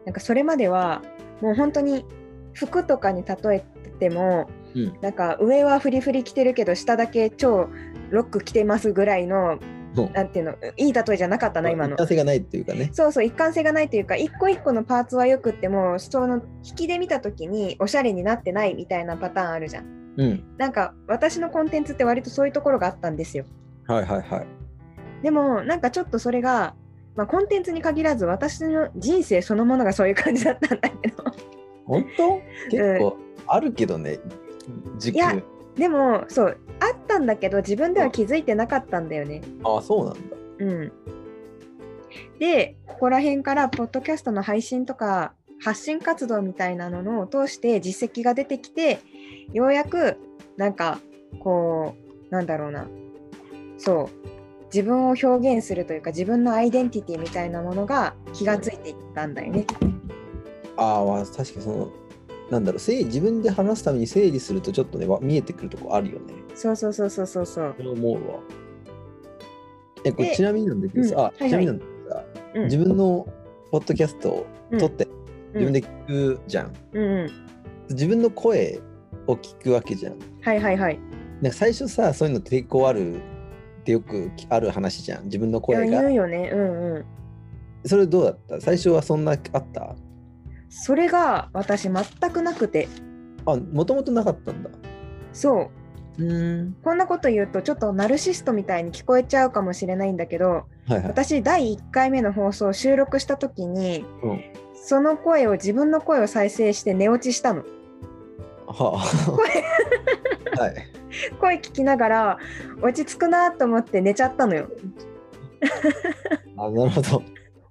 S1: なんかそれまではもう本当に服とかに例えても、
S2: うん
S1: なんか上はフリフリ着てるけど下だけ超ロック着てますぐらいの
S2: もう、
S1: なんていうのいい例えじゃなかったな今の
S2: 男。性がないっていうかね。
S1: そうそう一貫性がないというか一個一個のパーツはよくってもその引きで見た時におしゃれになってないみたいなパターンあるじゃん。
S2: うん。
S1: なんか私のコンテンツって割とそういうところがあったんですよ。
S2: はいはいはい。
S1: でもなんかちょっとそれが、まあ、コンテンツに限らず私の人生そのものがそういう感じだったんだけど
S2: 本当結構あるけどね、時期。
S1: いや
S2: あ
S1: でもそうあったんだけど自分では気づいてなかったんだよね。
S2: あ、そうなんだ。
S1: うん、でここら辺からポッドキャストの配信とか発信活動みたいなのを通して実績が出てきてようやくなんかこうなんだろうなそう自分を表現するというか自分のアイデンティティみたいなものが気がついていったんだよね。
S2: ああ、まあ確かにその、なんだろう、整理自分で話すために整理するとちょっとね、わ見えてくるとこあるよね。
S1: そうそうそうそうそうそう
S2: そ。れ思うわ。え、これ
S1: で
S2: ちなみになんだけど
S1: うん
S2: さ、
S1: はいは
S2: あ、
S1: い
S2: ちなみになんだけどさ、
S1: うん
S2: 自分のポッドキャストを撮って、
S1: うん
S2: 自分で聞くじゃん。
S1: うんうん、
S2: 自分の声を聞くわけじゃん。
S1: はいはいはい。
S2: なんか最初さ、そういうの抵抗あるってよくきある話じゃん。自分の
S1: いや
S2: 声
S1: 言
S2: が
S1: う。よね。うんうん。
S2: それどうだった最初はそんなあった
S1: それが私全くなくて
S2: あ、もともとなかったんだ。
S1: そう
S2: うん。
S1: こんなこと言うとちょっとナルシストみたいに聞こえちゃうかもしれないんだけど
S2: はいはい。
S1: 私第1回目の放送を収録した時に
S2: うん、
S1: その声を自分の声を再生して寝落ちしたの
S2: はあ。はい。
S1: 声聞きながら落ち着くなと思って寝ちゃったのよ
S2: あ、なるほど。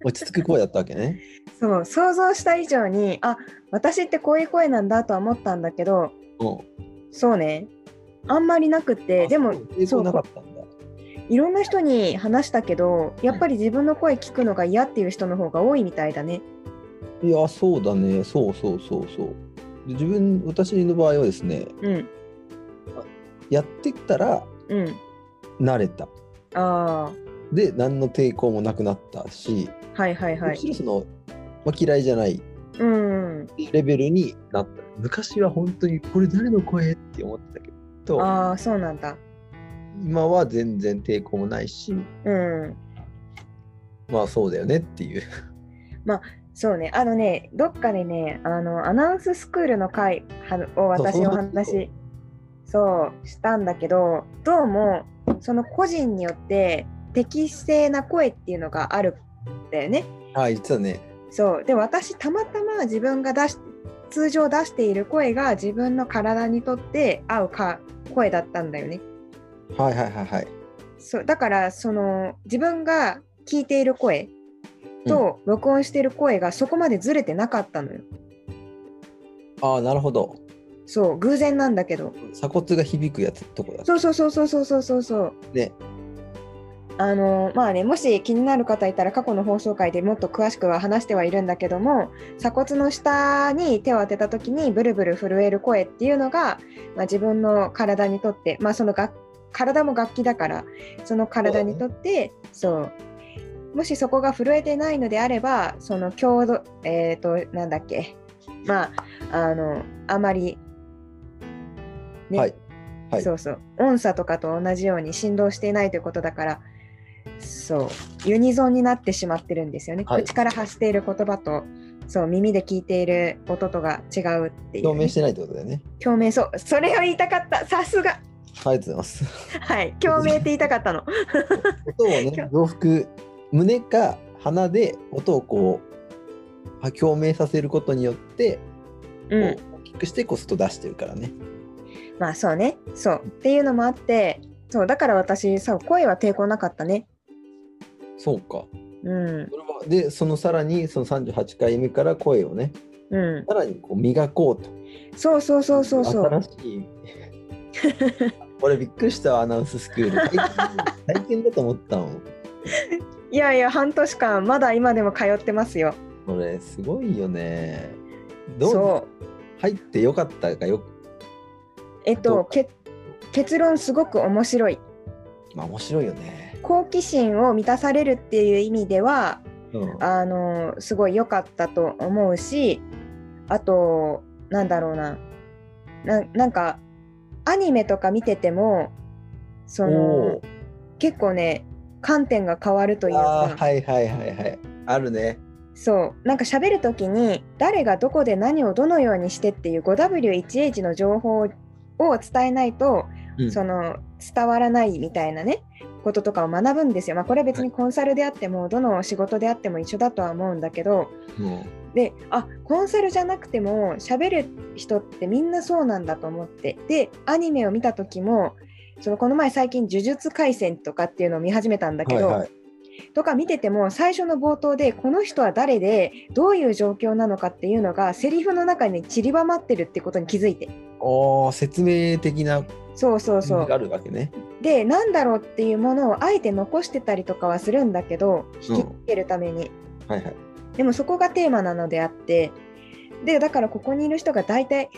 S2: 落ち着く声だったわけね。
S1: そう想像した以上にあ私ってこういう声なんだとは思ったんだけど
S2: うん。
S1: そうねあんまりなくて
S2: あ
S1: でも
S2: そう抵
S1: そ
S2: 抗
S1: う
S2: なかったんだ。
S1: いろんな人に話したけどやっぱり自分の声聞くのが嫌っていう人の方が多いみたいだね
S2: いや、そうだね。そうそうそうそう。で自分、私の場合はですね、
S1: うん
S2: やってったら
S1: うん
S2: 慣れた。
S1: あ
S2: で、何の抵抗もなくなったし、
S1: あはいはいは
S2: む
S1: い
S2: しろその、まあ、嫌いじゃない
S1: うん
S2: レベルになった。昔は本当にこれ誰の声って思ってたけど、
S1: ああそうなんだ
S2: 今は全然抵抗もないし、
S1: うん
S2: まあそうだよねっていう。 [laughs]
S1: そうねあのねどっかでねあのアナウンススクールの会はを私
S2: そう
S1: お話そうしたんだけどどうもその個人によって適正な声っていうのがあるんだよね
S2: あ、言ってたね。
S1: そうで私たまたま自分が出し通常出している声が自分の体にとって合うか声だったんだよね
S2: はいはいはいはい。
S1: そうだからその自分が聞いている声と録音している声がそこまでずれてなかったのよ。
S2: ああ、なるほど。
S1: そう偶然なんだけど。
S2: 鎖骨が響くやつとこだ
S1: そうそうそうそうそうそうそうそう。
S2: ね。
S1: あのまあねもし気になる方いたら過去の放送回でもっと詳しくは話してはいるんだけども鎖骨の下に手を当てた時にブルブル震える声っていうのが、まあ、自分の体にとってまあその楽体も楽器だからその体にとってそう,、もしそこが震えてないのであればその強度えっ、となんだっけまああのあまりね、
S2: はいはい
S1: そうそう音差とかと同じように振動していないということだからそうユニゾンになってしまってるんですよね、
S2: はい
S1: 口から発している言葉とそう耳で聞いている音とが違うっていう、
S2: 表明してないってことだよね。
S1: 共鳴そうそれを言いたかったさすが
S2: ありがとうございます。
S1: [laughs] はい共鳴って言いたか
S2: [laughs]
S1: ったの
S2: 音をね、洋服、胸か鼻で音をこう、は共鳴させることによって、
S1: う
S2: こ
S1: ん
S2: う大きくしてこう外出してるからね。
S1: まあそうねそうっていうのもあってそうだから私さ声は抵抗なかったね
S2: そうか。
S1: うん
S2: それはで、そのさらにその38回目から声をね、
S1: う
S2: さらにこう磨こうと。
S1: んそうそうそうそうそう
S2: 新し
S1: [laughs]
S2: い。俺びっくりしたわアナウンススクール。 [laughs] 体験体験だと思ったもん。
S1: いやいや半年間まだ今でも通ってますよ
S2: これすごいよね。どう
S1: そう
S2: 入ってよかったかよく。
S1: えっ
S2: ど
S1: と
S2: う
S1: け結論すごく面白い
S2: まあ面白いよね。
S1: 好奇心を満たされるっていう意味では
S2: うん。
S1: あのすごい良かったと思うしあとなんだろうなななんかアニメとか見ててもそ
S2: お
S1: の
S2: お。
S1: 結構ね観点が変わるという
S2: あ
S1: か
S2: ー、はいはいはいはい。あるね。
S1: そうなんか喋る時に誰がどこで何をどのようにしてっていう 5W1H の情報を伝えないと、
S2: うん
S1: その伝わらないみたいなねこととかを学ぶんですよ。まあ、これは別にコンサルであってもどの仕事であっても一緒だとは思うんだけど、
S2: も
S1: であコンサルじゃなくても喋る人ってみんなそうなんだと思ってでアニメを見た時もそのこの前最近「呪術廻戦」とかっていうのを見始めたんだ
S2: う。
S1: け
S2: はい
S1: ど、
S2: はい。
S1: とか見てても最初の冒頭でこの人は誰でどういう状況なのかっていうのがセリフの中に散りばまってるってことに気づいて
S2: おお、説明的な
S1: そうそうそ
S2: があ
S1: う
S2: るわけね。
S1: でなんだろうっていうものをあえて残してたりとかはするんだけど引きつけるために、
S2: はいはい。
S1: でもそこがテーマなのであってでだからここにいる人が大体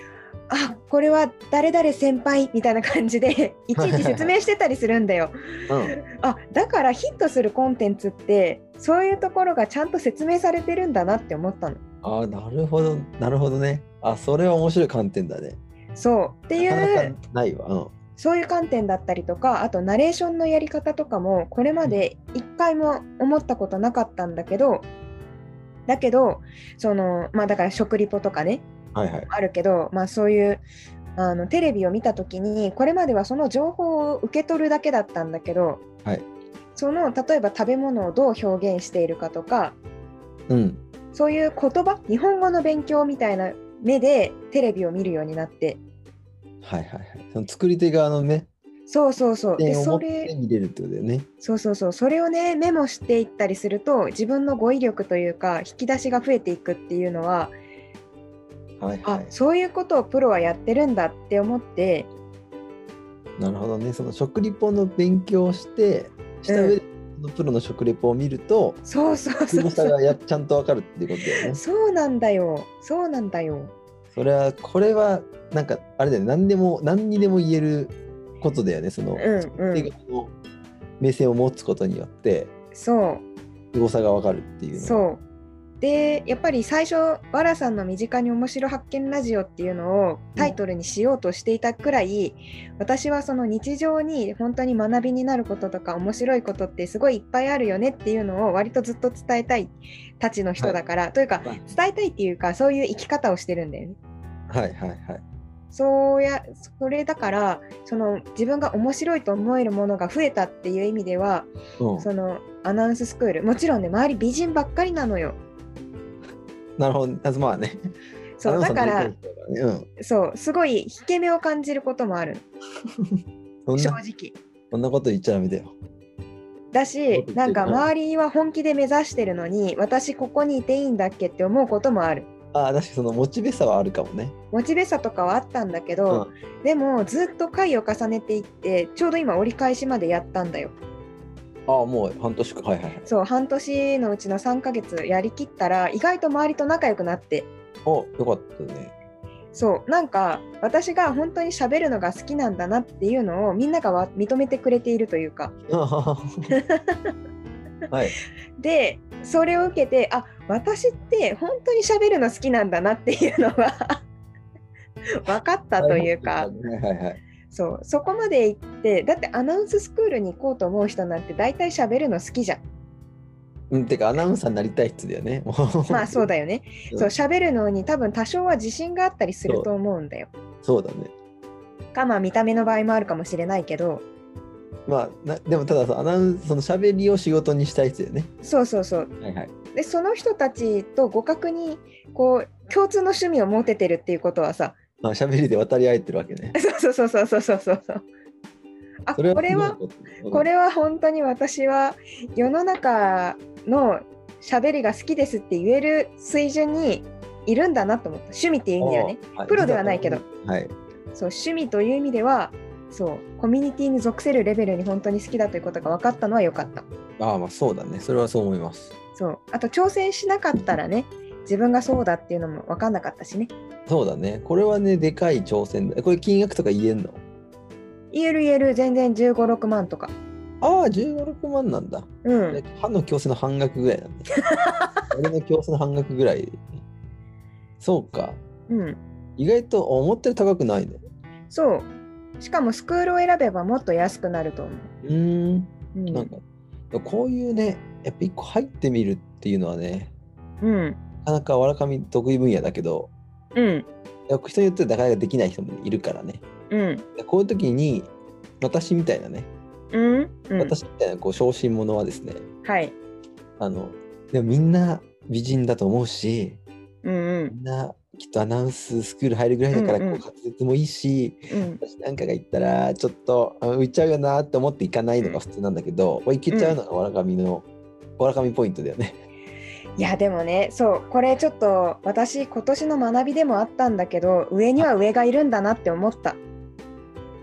S1: あこれは誰々先輩みたいな感じ
S2: [laughs]
S1: でいちいち説明してたりするんだよ。
S2: うん。
S1: あだからヒットするコンテンツってそういうところがちゃんと説明されてるんだなって思ったの。
S2: ああ、なるほど、なるほどね。あ、それは面白い観点だね。
S1: そうってい
S2: な
S1: う
S2: かなかないわ。うん。
S1: そういう観点だったりとかあとナレーションのやり方とかもこれまで一回も思ったことなかったんだけどだけどそのまあだから食リポとかね
S2: はいはい。
S1: あるけど、まあ、そういうあのテレビを見た時にこれまではその情報を受け取るだけだったんだけど、
S2: はい
S1: その例えば食べ物をどう表現しているかとか
S2: うん。
S1: そういう言葉日本語の勉強みたいな目でテレビを見るようになって
S2: はいはいはい。その作り手側のね、
S1: そうそうそうで
S2: 点を持
S1: そ
S2: って
S1: れ
S2: 見れるってことだよね。
S1: そうそうそうそれをねメモしていったりすると自分の語彙力というか引き出しが増えていくっていうのは
S2: はい
S1: あ、
S2: は
S1: そういうことをプロはやってるんだって思って
S2: い。なるほどね。その食リポの勉強をして、した上で、そのプロの食リポを見ると、
S1: そう [laughs] そう
S2: す
S1: そう
S2: ご
S1: そ
S2: さ
S1: う
S2: がやちゃんとわかるっていうことだよね。
S1: そうなんだよ。そうなんだよ。
S2: それはこれはなんかあれだよね何でも何にでも言えることだよねその、
S1: うんう
S2: 手
S1: ん。
S2: 側の目線を持つことによって
S1: そ
S2: すごさがわかるっていう
S1: う。
S2: の
S1: そう。で、やっぱり最初、わらさんの身近に面白発見ラジオっていうのをタイトルにしようとしていたくらい、私はその日常に本当に学びになることとか面白いことってすごいいっぱいあるよねっていうのを割とずっと伝えたいたちの人だから、というか、
S2: はい
S1: 伝えたいっていうか、そういう生き方をしてるんだよね。
S2: はいはいはい
S1: そうやそれだからその自分が面白いと思えるものが増えたっていう意味では
S2: うん
S1: そのアナウンススクールもちろんね周り美人ばっかりなのよ
S2: なるほどあまあね
S1: そうだから
S2: ね、うん、
S1: そうすごい引け目を感じることもある
S2: そん
S1: 正
S2: な
S1: 直
S2: そんなこと言っちゃダメだよ
S1: だ
S2: そう
S1: し
S2: ですね
S1: なんか周りは本気で目指してるのに私ここにいていいんだっけって思うこともある
S2: あ確かにそのモチベさはあるかもね
S1: モチベさとかはあったんだけど、でもずっと回を重ねていってちょうど今折り返しまでやったんだよ
S2: あもう半年かはいはいはい
S1: そう半年のうちの3ヶ月やりきったら意外と周りと仲良くなって
S2: およかっ
S1: [laughs]
S2: たね
S1: そうなんか私が本当に喋るのが好きなんだなっていうのをみんながわ認めてくれているというか
S2: あはははい
S1: でそれを受けてあ私って本当に喋るの好きなんだなっていうのが [laughs] 分かったというか
S2: はいはいはい
S1: そうそこまで行ってだってアナウンススクールに行こうと思う人なんて大体喋るの好きじゃん
S2: うん、てかアナウンサーになりたい人だよね。もう
S1: まあそうだよね。
S2: うん
S1: そう喋るのに多分多少は自信があったりすると思うんだよ。
S2: そうだね。
S1: かまあ見た目の場合もあるかもしれないけど、
S2: まあなでもたださアナウンその喋りを仕事にしたい人だよね。
S1: そうそうそう。
S2: はいはい。
S1: でその人たちと互角にこう共通の趣味を持ててるっていうことはさ、
S2: まあ喋りで渡り合えてるわけね。
S1: そうそうそうそうそうそうそう。あ
S2: それは
S1: これは
S2: うん
S1: これは本当に私は世の中の喋りが好きですって言える水準にいるんだなと思った趣味っていう意味だよね。
S2: あはい
S1: プロではないけど
S2: はい。
S1: そう趣味という意味ではそうコミュニティに属せるレベルに本当に好きだということが分かったのは良かった
S2: ああまあそうだね。それはそう思います。
S1: そうあと挑戦しなかったらね自分がそうだっていうのも分かんなかったしね
S2: そうだね。これはねでかい挑戦だ。えこれ金額とか言えんの？
S1: 言える言える全然1 5 6万とか
S2: ああ十五六万なんだ。
S1: うん
S2: 歯の矯正の半額ぐらいなんだね。 [laughs] 俺の矯正の半額ぐらい。そうか。
S1: うん
S2: 意外とあ思ったより高くないね。
S1: そうしかもスクールを選べばもっと安くなると思う、
S2: うーん。
S1: う
S2: なん
S1: ん
S2: かこういうねやっぱ一個入ってみるっていうのはね
S1: うん
S2: なかなかわらかみ得意分野だけど
S1: うん
S2: 人によってはなかなかできない人もいるからね
S1: うん
S2: こういう時に私みたいなね、
S1: うんうん
S2: 私みたいなこう小心者はですね
S1: はい
S2: あのでもみんな美人だと思うし
S1: うんうん
S2: みんなきっとアナウンススクール入るぐらいだから
S1: う
S2: こ
S1: んうん
S2: う滑舌もいいし、
S1: うん
S2: 私なんかが言ったらちょっとあ浮いちゃうよなって思っていかないのが普通なんだけど、これいけちゃうのがわらかみの、わらかみポイントだよね。 [laughs]
S1: いやでもねそうこれちょっと私今年の学びでもあったんだけど上には上がいるんだなって思った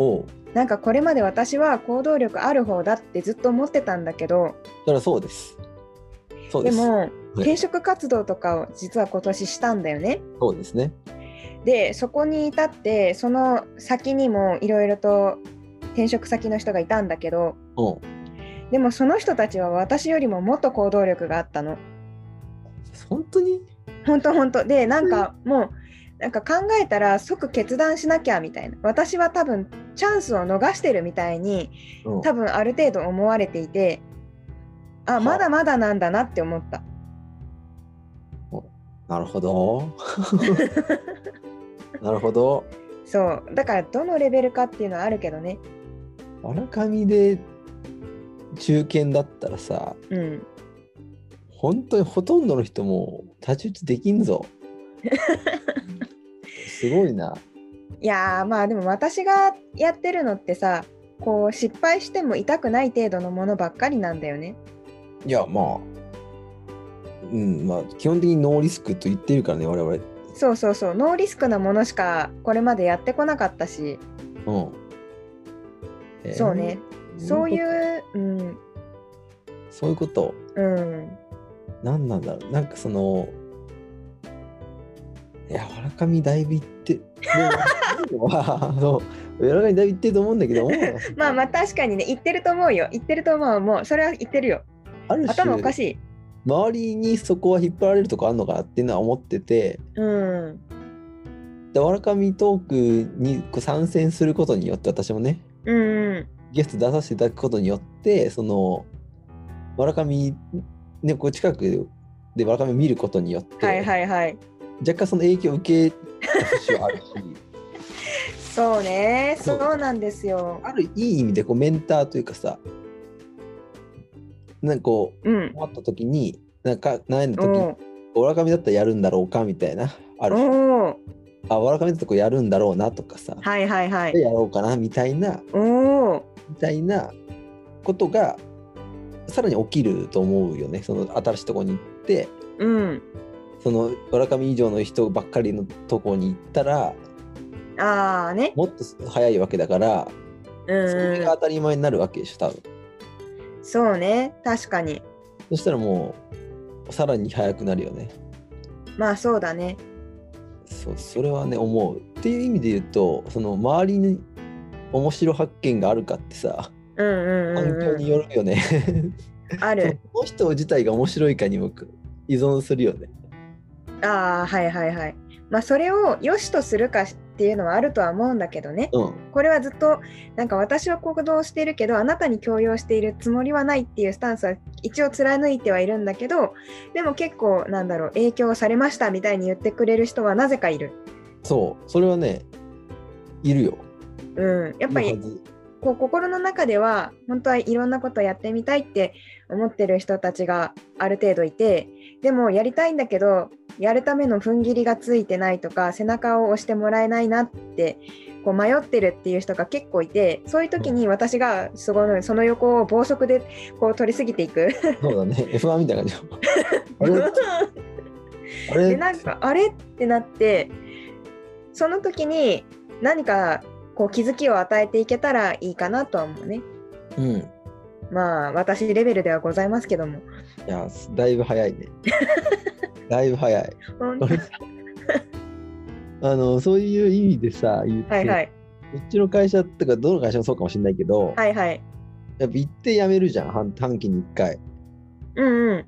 S2: おう
S1: なんかこれまで私は行動力ある方だってずっと思ってたんだけど
S2: それはそうです。そう
S1: で
S2: です。
S1: も
S2: い
S1: 転職活動とかを実は今年したんだよね。
S2: そうですね。
S1: でそこに至ってその先にもいろいろと転職先の人がいたんだけど
S2: うん。
S1: でもその人たちは私よりももっと行動力があったの。
S2: 本当に
S1: 本当本当でなんかもうなんか考えたら即決断しなきゃみたいな私は多分チャンスを逃してるみたいに
S2: うん
S1: 多分ある程度思われていて
S2: は
S1: あ
S2: あ
S1: まだまだなんだなって思った
S2: なるほど。
S1: [laughs]
S2: なるほど。
S1: そうだからどのレベルかっていうのはあるけどね
S2: わらかみで中堅だったらさ、
S1: うん
S2: 本当にほとんどの人もう太刀打ちできん
S1: [laughs]
S2: ぞ。すごいな。
S1: いやーまあでも私がやってるのってさこう失敗しても痛くない程度のものばっかりなんだよね
S2: いや、まあ。うん、まあ、基本的にノーリスクと言ってるからね、我々。
S1: そうそうそうノーリスクなものしかこれまでやってこなかったし、
S2: うん。えー
S1: そうね。そうい。
S2: こと
S1: ううん
S2: そういうこと。
S1: うん
S2: 何なんだろうなんかそのいやわらかみだいぶいってでも [laughs] あそうわらかみだいぶいってると思うんだけども
S1: まあまあ確かにね言ってると思うよ言ってると思うもうそれは言ってるよ
S2: ある
S1: 頭おかし
S2: 種
S1: い
S2: 周りにそこは引っ張られるとこあるのかなっていうのは思ってて
S1: うん
S2: でわらかみトークにこう参戦することによって私もね
S1: うん
S2: ゲスト出させていただくことによってそのわらかみねこう近くでわらかみを見ることによって、
S1: はいはいはい
S2: 若干その影響を受けた節
S1: [laughs]
S2: はあるし。
S1: そうね
S2: そ
S1: そううなんですよ
S2: あるいい意味でこうメンターというかさなんかこう
S1: うん
S2: 困った時になんか悩んだ時に
S1: おう
S2: わらかみだったらやるんだろうかみたいなある種
S1: おう
S2: あわらかみだったらこうやるんだろうなとかさ、
S1: はいはいはい
S2: でやろうかなみたいな
S1: おお
S2: みたいなことがさらに起きると思うよねその新しいとこに行って
S1: うん
S2: そのわらかみ以上の人ばっかりのとこに行ったら
S1: ああね
S2: もっと早いわけだから
S1: う
S2: それが
S1: ん
S2: 当たり前になるわけでしょ多分。
S1: そうね確かに
S2: そしたらもうさらに早くなるよね。
S1: まあそうだね
S2: そうそれはね思う。っていう意味で言うとその周りに面白発見があるかってさ
S1: うんうん
S2: 環
S1: う
S2: 境
S1: ん、う
S2: によるよ
S1: [laughs]
S2: ね。
S1: ん、あ
S2: [laughs] そ
S1: る
S2: の人自体が面白いかにも依存するよね。
S1: ああはいはいはいまあそれを良しとするかっていうのはあるとは思うんだけどね
S2: うん
S1: これはずっとなんか私は行動しているけどあなたに強要しているつもりはないっていうスタンスは一応貫いてはいるんだけどでも結構なんだろう影響されましたみたいに言ってくれる人はなぜかいる。
S2: そうそれはねいるよ
S1: うん、やっぱ
S2: いる
S1: り
S2: はず
S1: こう心の中では本当はいろんなことやってみたいって思ってる人たちがある程度いてでもやりたいんだけどやるための踏ん切りがついてないとか背中を押してもらえないなってこう迷ってるっていう人が結構いてそういう時に私がすごいその横を暴食でこう取り過ぎていく
S2: そうだね [laughs] F1 みたい
S1: [laughs]
S2: な感じあれあ
S1: で
S2: れ
S1: なんかあれってなってその時に何かこう気づきを与えていけたらいいかなとは思うね
S2: うんい
S1: まあ私レベルではございますけども
S2: やだいぶ早い
S1: [laughs]
S2: ねだいぶ早い
S1: 本当 [laughs]
S2: 俺さあのそういう意味でさ言って、
S1: はいはいう
S2: ちの会社ってかどの会社もそうかもしれないけど、
S1: はいはい。
S2: やっぱ行って辞めるじゃん半半期に1回
S1: うんうん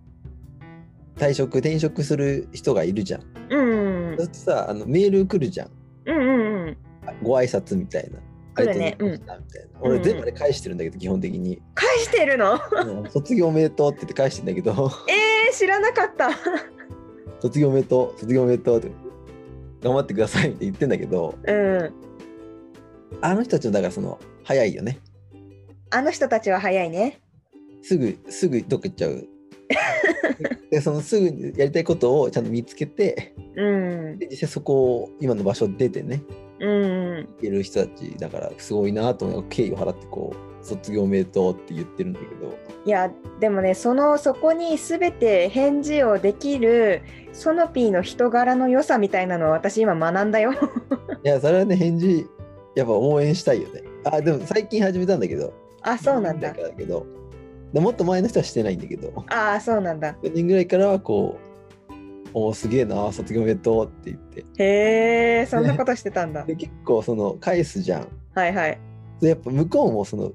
S2: 退職転職する人がいるじゃん
S1: うんうん
S2: そうするとさあのメール来るじゃん
S1: うんうんうん。ご
S2: ご挨拶みたいなあ
S1: 来
S2: りが
S1: る
S2: と
S1: ね
S2: うございましたみたいな、
S1: うん
S2: 俺全部で返してるんだけど基本的に、
S1: 返してるの？
S2: うん卒業おめでとうって言って返してんだけど [laughs]
S1: えー、知らなかった。
S2: 卒業おめでとう卒業おめでとうって頑張ってくださいって言ってんだけど
S1: うん。
S2: あの人たちのだからその早いよね
S1: あの人たちは早いね。
S2: すぐすぐどっか行っち
S1: [laughs]
S2: ゃうでそのすぐにやりたいことをちゃんと見つけて
S1: うん
S2: で実際そこを今の場所出てね
S1: うんうん。
S2: 行ける人たちだからすごいなと思って敬意を払ってこう卒業おめでとうって言ってるんだけど
S1: いやでもねそのそこに全て返事をできるソノピーの人柄の良さみたいなのを私今学んだよ。 [laughs]
S2: いやそれはね返事やっぱ応援したいよねあでも最近始めたんだけど
S1: あそうなんだ
S2: だか。らだけどでもっと前の人はしてないんだけど
S1: ああそうなんだ。
S2: 4年ぐらいからはこうおーすげえな卒業おめでとうって言って
S1: へえそんなことしてたんだ。
S2: で結構その返すじゃん
S1: はいはい。
S2: でやっぱ向こうもその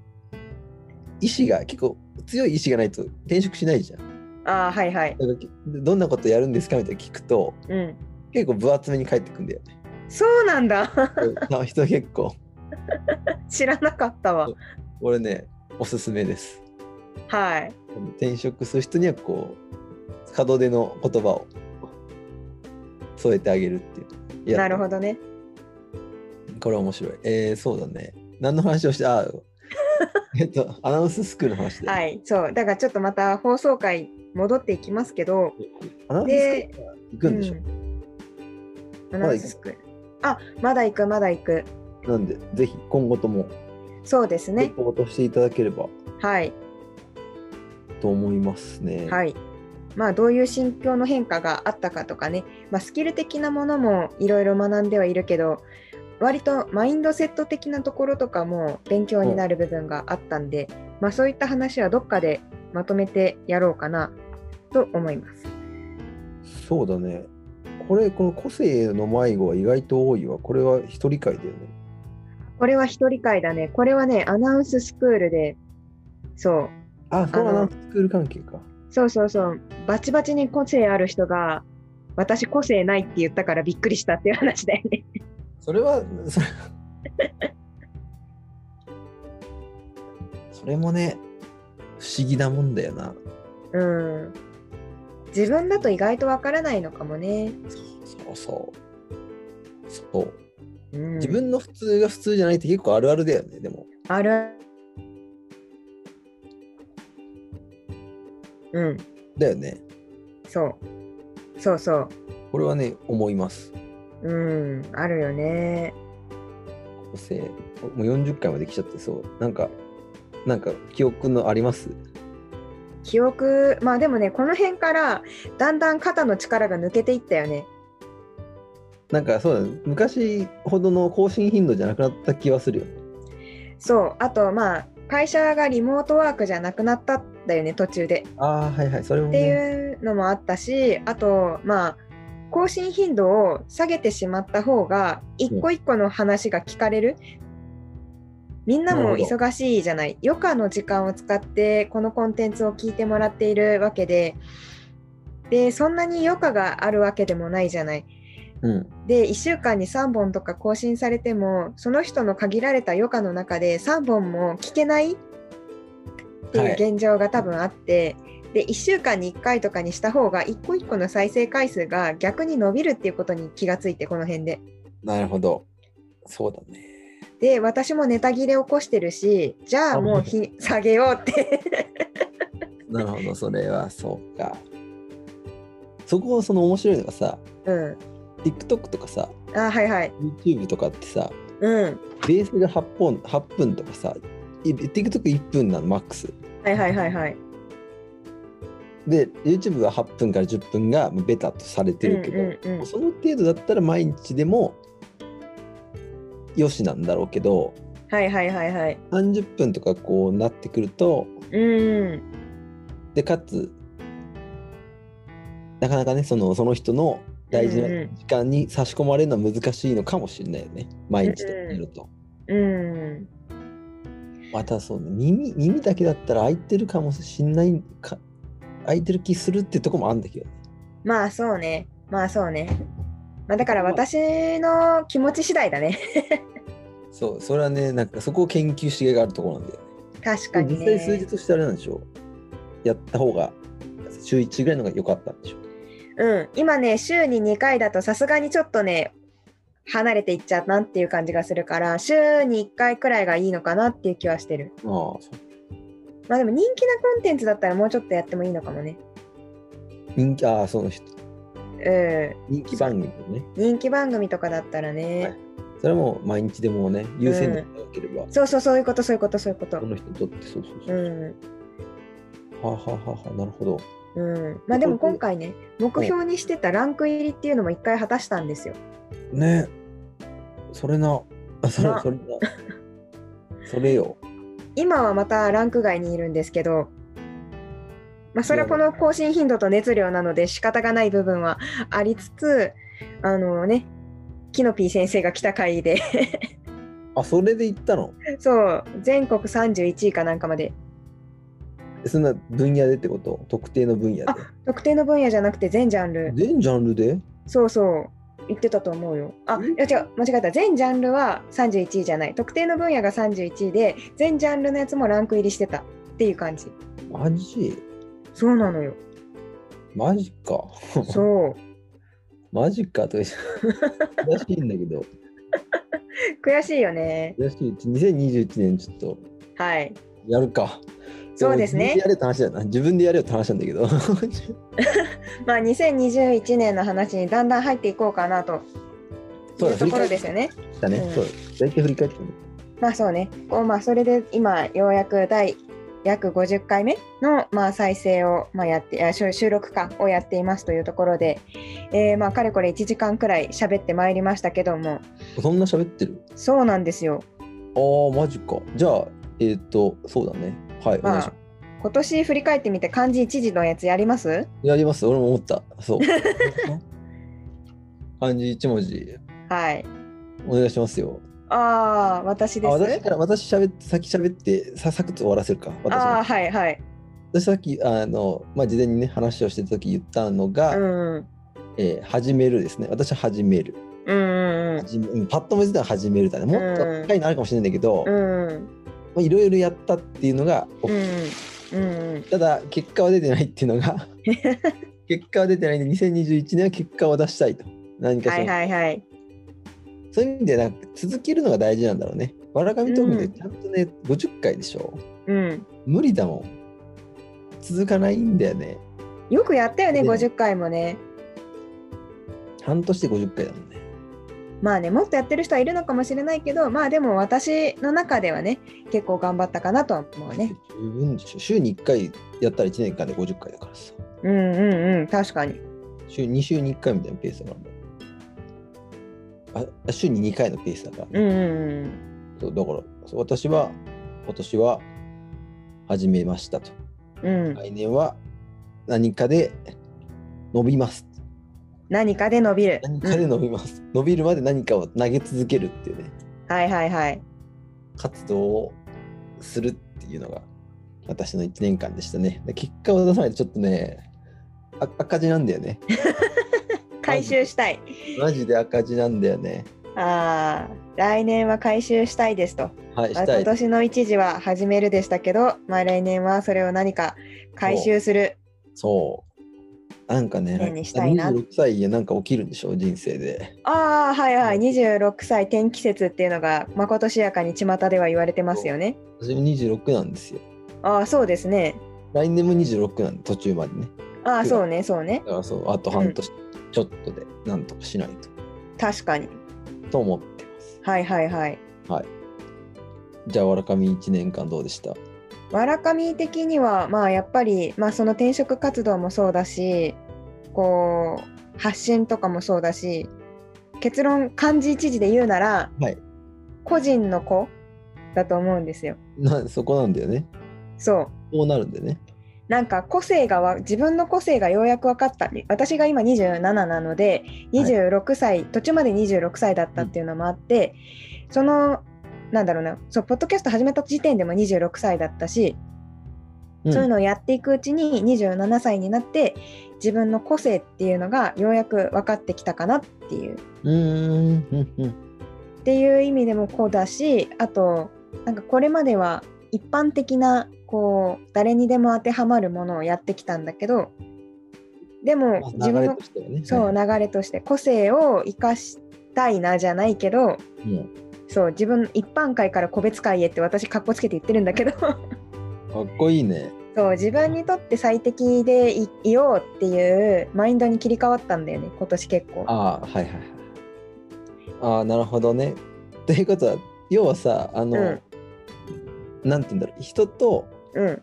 S2: 意志が結構強い意志がないと転職しないじゃん。だか
S1: ああはいはい。
S2: らきどんなことやるんですかみたいな聞くと
S1: うん。
S2: 結構分厚めに返ってくんだよね。
S1: そうなんだ。
S2: な人結構
S1: 知らなかったわ。
S2: 俺ねおすすめです。
S1: はい。
S2: 転職する人にはこう門出の言葉を添えてあげるっていう。いや
S1: なるほどね。
S2: これ面白い。えー、そうだね。何の話をし
S1: [laughs]
S2: てあえっとアナウンススクールの話で、
S1: はい、そう、だからちょっとまた放送回戻っていきますけど。
S2: アナウンススクールは行くんでしょ、
S1: うんアナウンススクールあ、まだ行く、まだ行く。
S2: なんでぜひ今後とも
S1: そうです
S2: レ
S1: ね。
S2: ポートしていただければ
S1: はい、
S2: と思いますね。
S1: はい。まあ、どういう心境の変化があったかとかね、まあ、スキル的なものもいろいろ学んではいるけど。割とマインドセット的なところとかも勉強になる部分があったんで、まあ、そういった話はどっかでまとめてやろうかなと思います。
S2: そうだね。これ、この個性の迷子は意外と多いわ。これは一人会だよね。
S1: これは一人会だね。これはね、アナウンススクールで、そう、
S2: あ、そうだ
S1: あ
S2: な
S1: の。
S2: スクール関係か。
S1: そうそうそう、バチバチに個性ある人が、私個性ないって言ったからびっくりしたっていう話だよね。 [laughs]
S2: それは、それそれもね、不思議なもんだよな。
S1: うん。自分だと意外とわからないのかもね。
S2: そうそう。そう。
S1: うん、
S2: 自分の普通が普通じゃないって結構あるあるだよね、でも。
S1: ある。うん、
S2: だよね。
S1: そう。そうそう。
S2: これはね、思います。
S1: うん、あるよね。
S2: 個性。もう40回まで来ちゃって、そう。なんか、なんか、記憶のあります
S1: 記憶、まあでもね、この辺からだんだん肩の力が抜けていったよね。
S2: なんかそうだ、ね、昔ほどの更新頻度じゃなくなった気はするよね。
S1: そう、あとまあ会社がリモートワークじゃなくなったんだよね途中で。
S2: ああ、はいはい、それも、
S1: って
S2: ね。
S1: いうのもあったしあとまあ更新頻度を下げてしまった方が一個一個の話が聞かれる。みんなも
S2: なるほ
S1: 忙しいじゃない余暇の時間を使ってこのコンテンツを聞いてもらっているわけででそんなに余暇があるわけでもないじゃない
S2: うん。
S1: で1週間に3本とか更新されてもその人の限られた余暇の中で3本も聞けないって
S2: はいいう
S1: 現状が多分あって、で1週間に1回とかにした方が1個1個の再生回数が逆に伸びるっていうことに気がついてこの辺で。
S2: なるほど。そうだね。
S1: で私もネタ切れ起こしてるしじゃあもうひ下げようって
S2: なるほど、それはそうか。そこはその面白いのがさ、
S1: うん
S2: TikTok とかさ、
S1: あはいはい
S2: YouTube とかってさ、
S1: うん
S2: ベースが8本 ,8 分とかさ、い TikTok1 分なの、マックス。
S1: はいはいはいはい
S2: で、YouTube は8分から10分がベタとされてるけど、
S1: うんうんうん
S2: その程度だったら毎日でもよしなんだろうけど、
S1: はいはいはいはい
S2: 30分とかこうなってくると、
S1: うん
S2: でかつなかなかねそのその人の大事な
S1: うんうん
S2: 時間に差し込まれるのは難しいのかもしれないよね毎日でやると、
S1: うん
S2: またそうね耳耳だけだったら開いてるかもしれないか開いてる気するってとこもあるんだけどね
S1: まあそうねまあそうねまあだから私の気持ち次第だね [laughs]
S2: そうそれはねなんかそこを研究しがいがあるところなんだよね
S1: 確かに
S2: 実際数字
S1: ね
S2: としてあれなんでしょうやった方が週1ぐらいのが良かったんでしょう
S1: うん今ね週に2回だとさすがにちょっとね離れていっちゃうなっていう感じがするから週に1回くらいがいいのかなっていう気はしてる
S2: ああそう
S1: まあでも人気なコンテンツだったらもうちょっとやってもいいのかもね。
S2: 人気ああその人
S1: うん。
S2: 人気番組のね
S1: 人気番組とかだったらね。
S2: はいそれはもう毎日でもね優先度が高ければ、
S1: そうそうそういうことそういうことそういうこと
S2: こ。の人にとってそうそうそうう。
S1: ん。
S2: はあ、はあはあはあ、なるほど。
S1: うん。まあでも今回ね、目標にしてたランク入りっていうのも一回果たしたんですよ。
S2: ねそれな。あそれ
S1: な
S2: それな。それよ。
S1: 今はまたランク外にいるんですけど、まあそれはこの更新頻度と熱量なので仕方がない部分はありつつ、あのね、キノピー先生が来た回で、 [laughs]
S2: あ、それで行ったの
S1: そう、全国31位かなんかまで、
S2: えそんな分野でってこと特定の分野で
S1: あ。特定の分野じゃなくて全ジャンル。
S2: 全ジャンルで
S1: そうそう。言ってたと思うよ。あ、
S2: ん
S1: いや違う、間違えた。全ジャンルは31位じゃない。特定の分野が31位で、全ジャンルのやつもランク入りしてたっていう感じ。
S2: マジ
S1: そうなのよ。
S2: マジか。
S1: そう。
S2: マジかと言っちゃう悔しいんだけど。
S1: 悔しいよね。
S2: 悔しい。2021年ちょっと
S1: はい。
S2: やるか。
S1: そうですね
S2: も自分やれって話だよな。自分でやれよって話なんだけど。 [laughs]
S1: まあ、2021年の話にだんだん入っていこうかなと。い
S2: そう
S1: う
S2: だ
S1: ところですよね。
S2: だね。
S1: うん
S2: そう。大体振り返ってみる
S1: まあそうね。こうまあそれで今ようやく第約50回目のまあ再生をまあやってあ収収録かをやっていますというところで、えーまあかれこれ1時間くらい喋ってまいりましたけども、
S2: そんな喋ってる
S1: そうなんですよ。
S2: ああ、マジか。じゃあ、えっ、と、そうだね。はい、お願いし
S1: まあ
S2: ま
S1: 今年振り返ってみて漢字一字のやつやります？
S2: す。やります。俺も思った。
S1: [laughs]
S2: そう。漢字一文字、
S1: はい。
S2: お願いしますよ。
S1: ああ私
S2: あ
S1: です。
S2: 私から、私喋って、先喋って、さサクッと終わらせるか。私
S1: ああ
S2: の
S1: はいはい。
S2: 私さっき、あの、まあ、事前にね、話をしてた時言ったのが、
S1: うんうん
S2: えー始めるですね。私は始める。
S1: うんうん
S2: 始めうんパッと見せたら始めるだね。もっと
S1: うん
S2: 深いのあるかもしれないんだけど、
S1: うん
S2: ま
S1: うん
S2: あいろいろやったっていうのが大きい、
S1: うんうん
S2: ただ、結果は出てないっていうの
S1: [laughs]
S2: が。結果は出てないんで2021年は結果を出したいと何かし
S1: は
S2: ら、
S1: いはいはい。
S2: そういう意味でなんか続けるのが大事なんだろうねわらかみトークで
S1: うん
S2: ちゃんとね、50回でしょ
S1: うん。
S2: 無理だもん続かないんだよね
S1: よくやったよね
S2: で
S1: 50回もね。
S2: 半年で50回だもんね
S1: まあねもっとやってる人はいるのかもしれないけどまあでも私の中ではね結構頑張ったかなとは思うね。
S2: 十分でしょ週に1回やったら1年間で50回だからさ
S1: うんうんうん確かに。
S2: 週2週に1回みたいなペースだからああ週に2回のペースだから、
S1: うんうん
S2: そうだからそう私は今年は始めましたと
S1: うんうん。
S2: 来年は何かで伸びます
S1: 何かで伸びる。
S2: 何かで伸びます、伸びるまで何かを投げ続けるっていうね
S1: うんはいはいはい。
S2: 活動をするっていうのが私の1年間
S1: [laughs]
S2: でしたねで結果を出さないとちょっとねあ赤字なんだよね
S1: 回収したい。
S2: マジで赤字なんだよね。
S1: ああ、来年は回収したいですと。
S2: はい、
S1: まあ
S2: した
S1: 今
S2: い。
S1: 年の一時は始めるでしたけど、まあ、来年はそれを何か回収する。
S2: そう。なんかね、
S1: 年にしたいな
S2: 26歳でなんか起きるんでしょ、人生で。
S1: ああ、はいはい、
S2: うん
S1: 26歳転季節っていうのが、まことしやかに巷では言われてますよね。
S2: 私も26なんですよ。
S1: ああ、そうですね。
S2: 来年も26なんで、途中までね。
S1: ああ、
S2: うん
S1: そうね、そうね
S2: だ。からそう、あと半年ちょっとで、なんとかしないと。
S1: 確かに。
S2: と思ってます。
S1: はいはいはい。
S2: じゃあ、わらかみ1年間どうでした
S1: わらかみ的には、まあ、やっぱり、まあ、その転職活動もそうだしこう発信とかもそうだし結論漢字一字で言うなら、
S2: はい
S1: 個人の子だと思うんですよ。
S2: なそこなんだよね。
S1: そう
S2: こうなるんだよね。
S1: なんか個性がわ自分の個性がようやく分かったり私が今27なので26歳、途中まで26歳だったっていうのもあって、そのなんだろうなそうポッドキャスト始めた時点でも26歳だったし、
S2: うん
S1: そういうのをやっていくうちに27歳になって自分の個性っていうのがようやく分かってきたかなっていう
S2: うーん、うん、うん。
S1: っていう意味でもこうだしあとなんかこれまでは一般的なこう誰にでも当てはまるものをやってきたんだけどで
S2: ま
S1: も
S2: あ
S1: 自
S2: 流
S1: 分
S2: れ
S1: の
S2: としてはね。
S1: そう
S2: な。
S1: 流れとして個性を生かしたいなじゃないけど
S2: も
S1: そう自分一般会から個別会へって私かっこつけて言ってるんだけ
S2: [laughs]
S1: ど
S2: う、かっこいいね。
S1: そう自分にとって最適でいいようっていうマインドに切り替わったんだよね今年結構。
S2: ああ、はいはいはい。ああ、なるほどね。 [laughs] ということは、要はさ、あの、
S1: うん
S2: なんて言うんだろう、人と
S1: うん、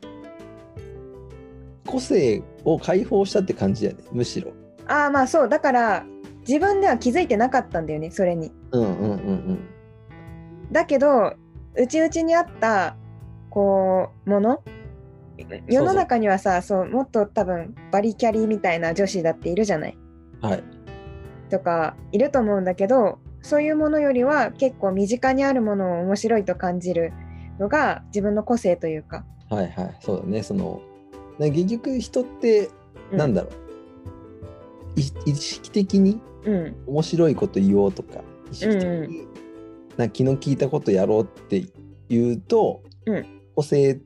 S2: 個性を解放したって感じだよね、むしろ。
S1: ああまあそうだから自分では気づいてなかったんだよねそれに。
S2: うんうんうん
S1: だけどうちうちにあったこうもの世の中にはさそうもっと多分バリキャリみたいな女子だっているじゃない
S2: うん。はい。
S1: とかいると思うんだけどそういうものよりは結構身近にあるものを面白いと感じるのが自分の個性というか。
S2: はいはい。そうだね。その、な結局人って、
S1: う
S2: なんだろう、い意識的に
S1: うん
S2: 面白いこと言おうとか、意識的
S1: うん
S2: に、なんか気の利いたことやろうって言うと、
S1: うん
S2: 個性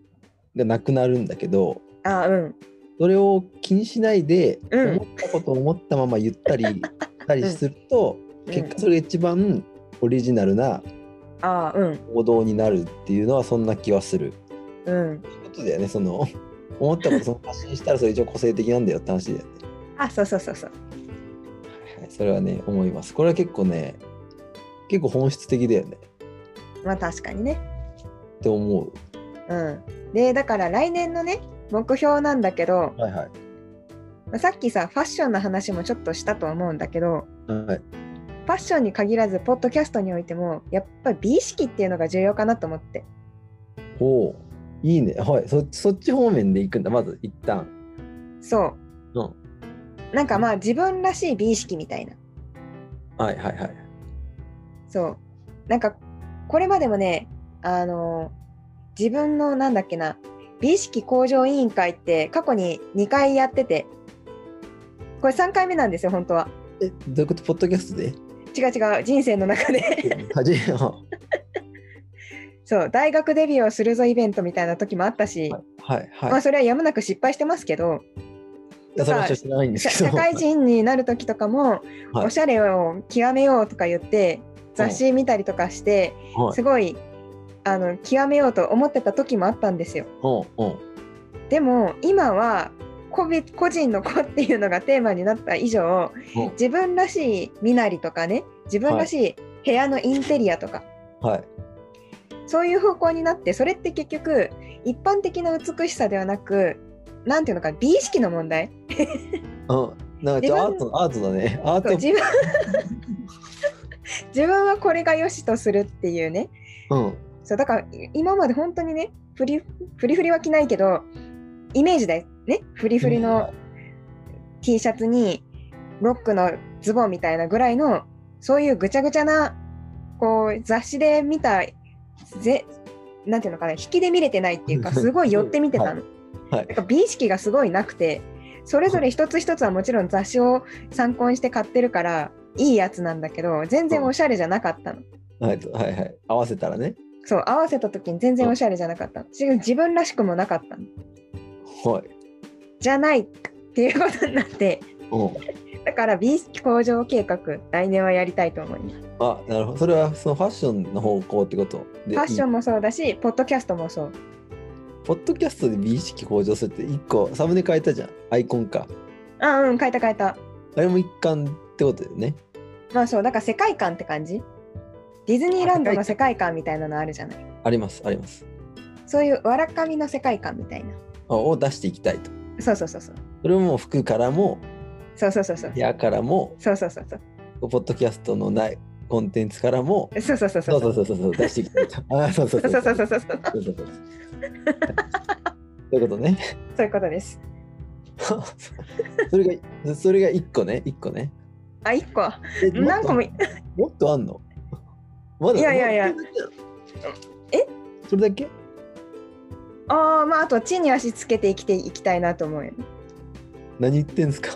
S2: がなくなるんだけど、
S1: あうん
S2: それを気にしないで、
S1: うん
S2: 思ったことを思ったまま言っ
S1: [laughs]
S2: たりしたりすると、結果それが一番オリジナルな
S1: うん、あうん
S2: 行動になるっていうのはそんな気はする。
S1: うん
S2: ということだよねその思ったことその発信したらそれ一応個性的なんだよって話だよね。
S1: あそうそうそうそう
S2: はい、それはね思います。これは結構ね結構本質的だよね
S1: まあ確かにね
S2: って思う。
S1: うんでだから来年のね目標なんだけど
S2: はいはい。
S1: まあさっきさファッションの話もちょっとしたと思うんだけど
S2: は
S1: フ
S2: い、
S1: ァッションに限らずポッドキャストにおいてもやっぱり美意識っていうのが重要かなと思って
S2: おういいね。はいそそっち方面で行くんだまず一旦。
S1: そう
S2: うん。
S1: なんかまあ自分らしい美意識みたいな
S2: はいはいはい。
S1: そうなんかこれまでもねあの自分のなんだっけな美意識向上委員会って過去に2回やっててこれ3回目なんですよ本当は
S2: えどういうことポッドキャスト
S1: [laughs]
S2: で
S1: 違う違う人生の中で [laughs]
S2: はじめは
S1: そう大学デビューをするぞイベントみたいな時もあったし、
S2: はい
S1: ま
S2: は
S1: あ
S2: い。
S1: それはやむなく失敗してますけど、
S2: いやそれはちょっと知らないんです
S1: 社
S2: け
S1: 社
S2: ど。
S1: 会人になる時とかも、
S2: はい
S1: おしゃれを極めようとか言って雑誌見たりとかして、
S2: はい
S1: すごいあの極めようと思ってた時もあったんですよ。
S2: [laughs] うんうん。
S1: でも今は個別個人の子っていうのがテーマになった以上
S2: うん
S1: 自分らしい身なりとかね自分らしい部屋のインテリアとか、
S2: はい。
S1: そういう方向になってそれって結局一般的な美しさではなく何ていうのか美意識の問題
S2: うん。なんかちょアー
S1: 自
S2: トアートだね。アー
S1: そう
S2: ト。
S1: 自分 [laughs] 自分はこれが良しとするっていうね
S2: うん。
S1: そうだからい今まで本当にねフリフリフリは着ないけどイメージだよねフリフリの T シャツにロックのズボンみたいなぐらいのそういうぐちゃぐちゃなこう雑誌で見たぜなんていうのかな引きで見れてないっていうかすごい寄って見てたの、
S2: はいはい
S1: なんか美意識がすごいなくてそれぞれ一つ一つはもちろん雑誌を参考にして買ってるからいいやつなんだけど全然おしゃれじゃなかったの。
S2: はいはいはい合わせたらね
S1: そう合わせた時に全然おしゃれじゃなかったの自分自分らしくもなかったの
S2: はい
S1: じゃないっていうことになって
S2: うん
S1: だから美意識向上計画来年はやりたいと思います
S2: あなるほどそれはそのファッションの方向ってことで
S1: ファッショ
S2: い
S1: ンもそうだしポッドキャストもそう
S2: ポッドキャストで美意識向上するって一個サムネ変えたじゃんアイコンか
S1: あうん変えた変えた
S2: あれも一環ってことだよね
S1: まあそうだから世界観って感じディズニーランドの世界観みたいなのあるじゃない
S2: ありますあります
S1: そういうわらかみの世界観みたいな
S2: あを出していきたいと
S1: そうそうそうそう
S2: それも服からも
S1: そうそうそうそう
S2: 部屋からも
S1: そうそうそうそう
S2: ポッドキャストのないコンテンツからも
S1: そうそうそうそ
S2: そううそうそうそうそう出していきた
S1: [laughs]
S2: いとあそうそうそう
S1: そうそうそうそうそう
S2: そうそうそうそういうことね [laughs]
S1: そういうことです
S2: それがそれが一個ね一個ね
S1: あ一個
S2: えもっと
S1: 何個もい
S2: もっとあんのまだ
S1: いやいやいや
S2: まだ
S1: え
S2: それだけ
S1: ああまああと地に足つけて生きていきたいなと思うよ
S2: 何言ってん
S1: [laughs]
S2: すか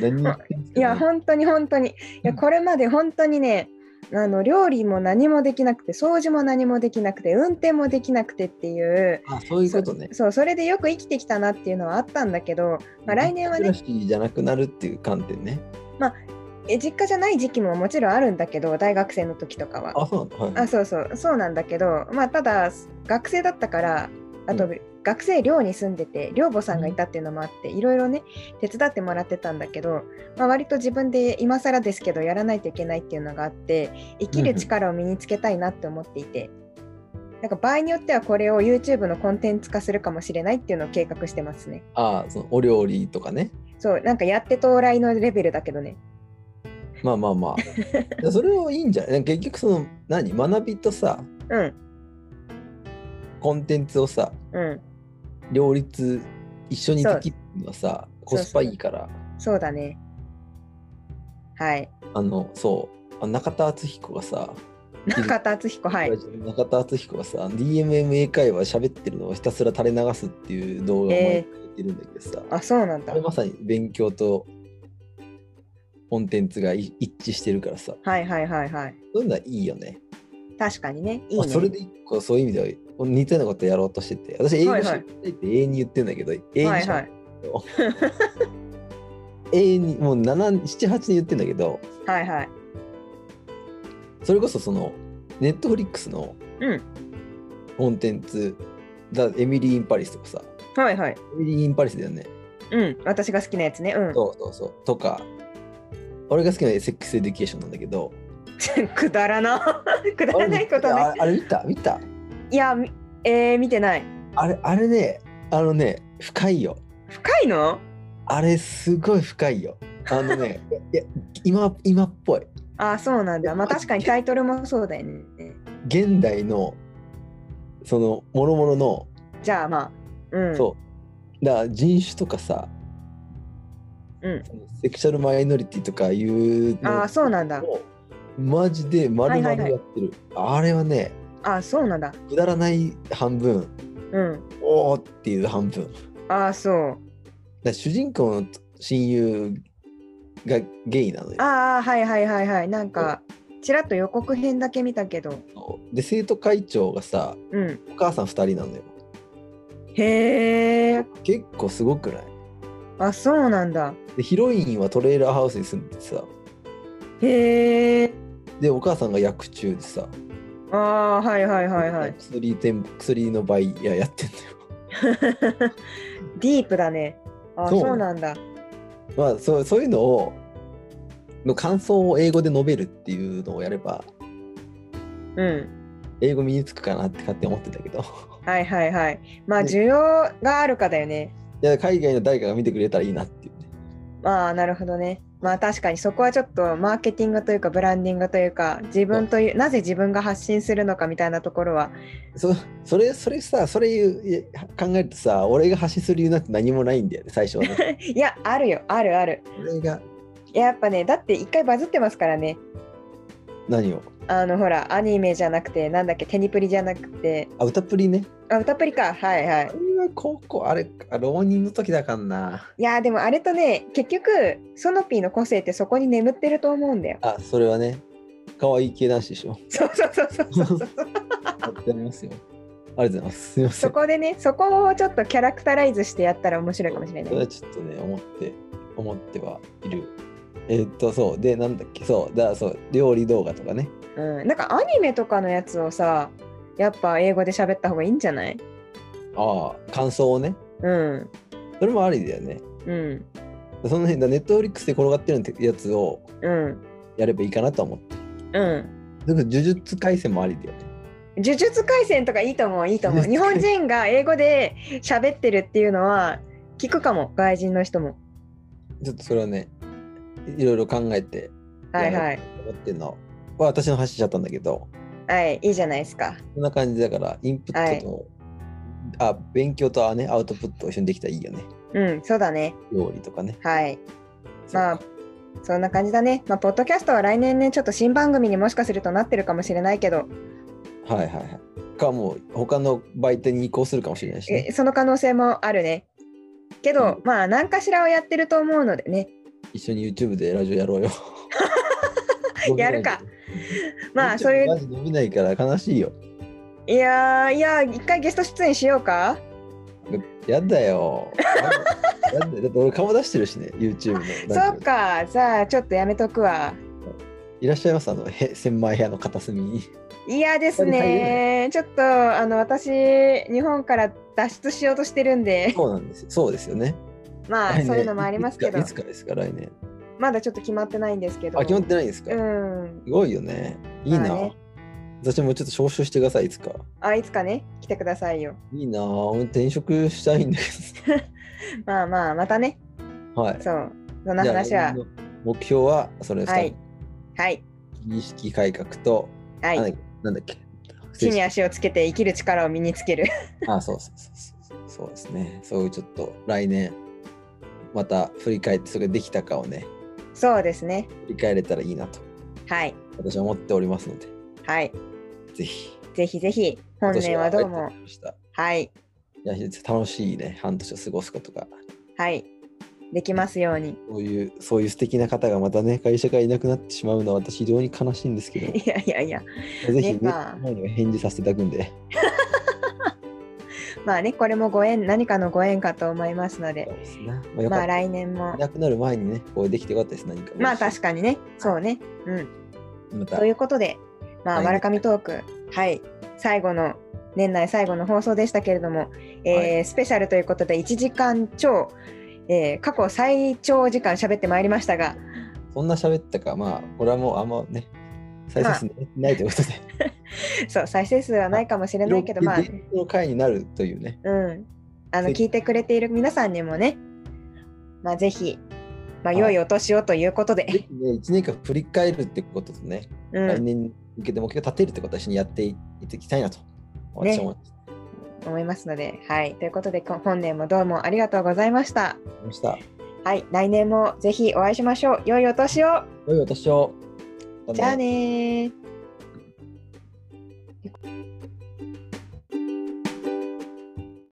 S2: 何言ってんすか、
S1: いや本当に本当にいやこれまで本当にねあの料理も何もできなくて掃除も何もできなくて運転もできなくてっていう
S2: あそういうことね。
S1: そうそれでよく生きてきたなっていうのはあったんだけど、まあ、来年は
S2: 暮
S1: ね
S2: らしじゃなくなるっていう観点ね。
S1: え実家じゃない時期ももちろんあるんだけど大学生の時とかは
S2: あ、そうなんだ。は
S1: あ
S2: い。
S1: そうそうそうなんだけどまあただ学生だったからあと、
S2: う
S1: 学生寮に住んでて寮母さんがいたっていうのもあっていろいろね手伝ってもらってたんだけど、まあ、割と自分で今更ですけどやらないといけないっていうのがあって生きる力を身につけたいなって思っていて、なんか場合によってはこれを YouTube のコンテンツ化するかもしれないっていうのを計画してますね
S2: あ、そのお料理とかね。
S1: そうなんかやって到来のレベルだけどね
S2: まあまあま
S1: [laughs]
S2: あ。いやそれはいいんじゃない結局その何学びとさ
S1: うん
S2: コンテンツをさ
S1: うん
S2: 両立一緒にできるのはさコスパいいから
S1: そうだねはい
S2: あのそうあ中田敦彦がさ
S1: 中田敦彦はい
S2: 中田敦彦がさ DMM 英会話喋ってるのをひたすら垂れ流すっていう動画を毎回やってるんだけどさ、
S1: あそうなんだ
S2: これまさに勉強とコンテンツがい一致してるからさ
S1: はいはいはいはい。
S2: そういうのはいいよね
S1: 確かにね。いい
S2: まあ
S1: ね。
S2: それで一個そういう意味では似たようなことやろうとしてて私英語
S1: はい
S2: し
S1: はい
S2: たいって永遠に言ってんだけど、永遠
S1: は
S2: に
S1: い
S2: し
S1: はい。
S2: 永遠にもう78に言ってんだけど
S1: はいはい。
S2: それこそそのネットフリックスの
S1: うん
S2: コンテンツ、だエミリー・イン・パリスとかさ
S1: はいはい。
S2: エミリー・イン・パリスだよね
S1: うん。私が好きなやつね。うん。
S2: そうそうそう。とか、俺が好きなセックスエデュケーションなんだけど、
S1: [laughs] くだらな。 [laughs] くだ
S2: あ
S1: ら
S2: れ
S1: ないことね
S2: あ。あれ見た見た
S1: いや、みえー、見てない。
S2: あれ、あれね、あのね、深いよ。
S1: 深いの
S2: あれ、すごい深いよ。あ
S1: [laughs]
S2: のね、いや今、今っぽい。
S1: あそうなんだ。まあ確かにタイトルもそうだよね。
S2: 現代の、その、もろもろの、
S1: じゃあまあ。うん。
S2: そう。だから人種とかさ、
S1: う。ん。
S2: そのセクシャルマイノリティとかいうの
S1: あーそうなんだ
S2: をマジで丸々やってる、あれはね
S1: あそうなんだ。
S2: くだらない半分
S1: うん。
S2: おーっていう半分
S1: あそう。
S2: だから主人公の親友がゲイなのよ。
S1: ああ、はいはいはいはい。なんか、ちらっと予告編だけ見たけど。
S2: で生徒会長がさ
S1: うん。
S2: お母さん2人なのよ。
S1: へえ。
S2: 結構すごくない
S1: あそうなんだ。
S2: でヒロインはトレーラーハウスに住んでてさ
S1: へえ。
S2: でお母さんが薬中でさ、
S1: ああ、はいはいはい [laughs] はい。
S2: 薬店薬の売屋やってんだよ。 [laughs]
S1: ディープだね。あ
S2: そ
S1: そううなんだ。
S2: まあそうそういうのをの感想を英語で述べるっていうのをやれば
S1: うん。
S2: 英語身につくかなって勝手に思ってたけど [laughs]
S1: はいはいはい。まあ
S2: ね
S1: 需要があるかだよね。
S2: いや海外の誰かが見てくれたらいいなっていうね。
S1: まあなるほどね。まあ確かにそこはちょっとマーケティングというかブランディングというか自分というなぜ自分が発信するのかみたいなところは
S2: そそれそれさそれ言ういや考えるとさ俺が発信する理由なんて何もないんだよね最初
S1: [laughs]
S2: はね
S1: いやあるよあるある
S2: 俺が
S1: いややっぱねだって一回バズってますからね
S2: 何を
S1: あのほらアニメじゃなくてなんだっけテニプリじゃなくて
S2: あ歌プリね
S1: あ歌プリかはいはい
S2: あれは高校あれあ浪人の時だからない
S1: やーでもあれとね結局ソノピーの個性ってそこに眠ってると思うんだ
S2: [laughs]
S1: よ。
S2: あそれはね可愛い系男子でしょ
S1: そうそうそうそうそうそう。
S2: やってありますよありがとうございますすいませ
S1: そ
S2: ん
S1: こでねそこをちょっとキャラクタライズしてやったら面白いかもしれな
S2: それ
S1: い。
S2: はちょっとね思って思ってはいるえーっとそうでなんだっけそうだからそう料理動画とかね
S1: うん、なんかアニメとかのやつをさやっぱ英語で喋った方がいいんじゃない
S2: ああ感想をね
S1: うん
S2: それもありだよね
S1: うん
S2: その辺だネットフリックスで転がってるやつを
S1: うん
S2: やればいいかなと思って
S1: うん。
S2: でも呪術廻戦もありだよね
S1: 呪術廻戦とかいいと思ういいと思う。
S2: 呪
S1: 日
S2: 術廻
S1: 本人が英語で喋ってるっていうのは聞くかも外人の人も。
S2: ちょっとそれはねいろいろ考えて
S1: はいはい
S2: 思ってるのは私の話しちゃったんだけど
S1: はいいいじゃないですか。
S2: こんな感じだからインプットと、あ勉強とはねアウトプットを一緒にできたらいいよね
S1: うんそうだね
S2: 料理とかね
S1: はい。まあ
S2: そう
S1: そんな感じだね。まあ、ポッドキャストは来年ね、ちょっと新番組にもしかするとなってるかもしれないけど、
S2: はいはいはいかもう他の媒体に移行するかもしれないし、ね
S1: え、その可能性もあるね。けど、
S2: う
S1: まあ、何かしらをやってると思うのでね。
S2: 一緒に YouTube でラジオやろうよ
S1: [laughs] やるかまあ、
S2: YouTube
S1: そうい
S2: マ
S1: う、
S2: ジ伸びないから悲しいよ
S1: いやー、いやー、一回ゲスト出演しようか。
S2: やだよ [laughs] やだよだって俺顔出してるしね YouTube のラジオ
S1: そうか、じゃあ、ちょっとやめとくわ。
S2: いらっしゃいますあのへ千枚部屋の片隅に
S1: いやですね。ちょっと、あの、私、日本から脱出しようとしてるんで、 [laughs]
S2: そうなんですよそうですよね
S1: まあ、
S2: 来年
S1: そういうのもありますけど
S2: いつ、かいつかですか来年
S1: まだちょっと決まってないんですけど。
S2: あ決まってないんですか、
S1: うん。
S2: すごいよねいいな、
S1: まあね
S2: 私もちょっと招集してくださいいつか
S1: あ、いつかね、来てくださいよ。
S2: いいな俺転職したいんだけ
S1: [laughs] まあまあ、またね。
S2: ど [laughs] はい
S1: そう、そんな話
S2: じゃあ
S1: は。
S2: 目標はそれですか、
S1: はい。はい。
S2: 認識改革と、
S1: は
S2: なんだっ
S1: い。
S2: けなんだっけ
S1: 地に足をつけて生きる力を身につける。
S2: あそうそうそうそうそうですねそういうちょっと来年また振り返ってそれができたかをね
S1: そうですね。
S2: 振り返れたらいいなと
S1: はい。
S2: 私は思っておりますので
S1: はい。
S2: ぜひ
S1: ぜひぜひ、本年はどう
S2: 今年は
S1: も
S2: ありがと。ございました
S1: はい。
S2: いや非常に楽しいね半年を過ごすことが
S1: はい。できますように。 [laughs]
S2: そういうそういう素敵な方がまたね会社からいなくなってしまうのは私非常に悲しいんですけ [laughs] ど
S1: いやいやいや。
S2: ぜひね
S1: まあ
S2: 前には返事させていただくんで
S1: まあね、これもご縁、何かのご縁かと思いますの
S2: そう
S1: で。
S2: ですねまあよ
S1: ま
S2: かっ
S1: あ
S2: た
S1: 来年も
S2: い。なくなる前にねこうできてよかったです何か
S1: まあ確
S2: か
S1: かにね。そうね。うん。
S2: にまた
S1: ということで、まあ、
S2: はい
S1: わらかみトーク。はい。最後の。年内最後の放送でしたけれども、えー
S2: は
S1: スペシャルということで1時間超、えー過去最長時間喋ってまいりましたが、 [laughs]
S2: そんな喋ったかまあこれはもうあんまね再生数ないということで、
S1: そう再生数はないかもしれないけど、
S2: [laughs]
S1: まあ、
S2: 記録の回になるというね
S1: うん、あの
S2: ぜひ
S1: 聞いてくれている皆さんにもね、まあ、ぜひ、まあ、
S2: はい
S1: 良いお年をということで、
S2: ぜひね1年間振り返るってこととね、
S1: う
S2: 来
S1: ん、
S2: 年に向けて目標を立てるってことを一緒にやっていっていきたいなと私は思い
S1: 思いますので、はい、ということでこ本年もどうもありがとうございました。
S2: ました。
S1: はい、来年もぜひお会いしましょう。良いお年を。
S2: 良いお年を。
S1: じゃあねー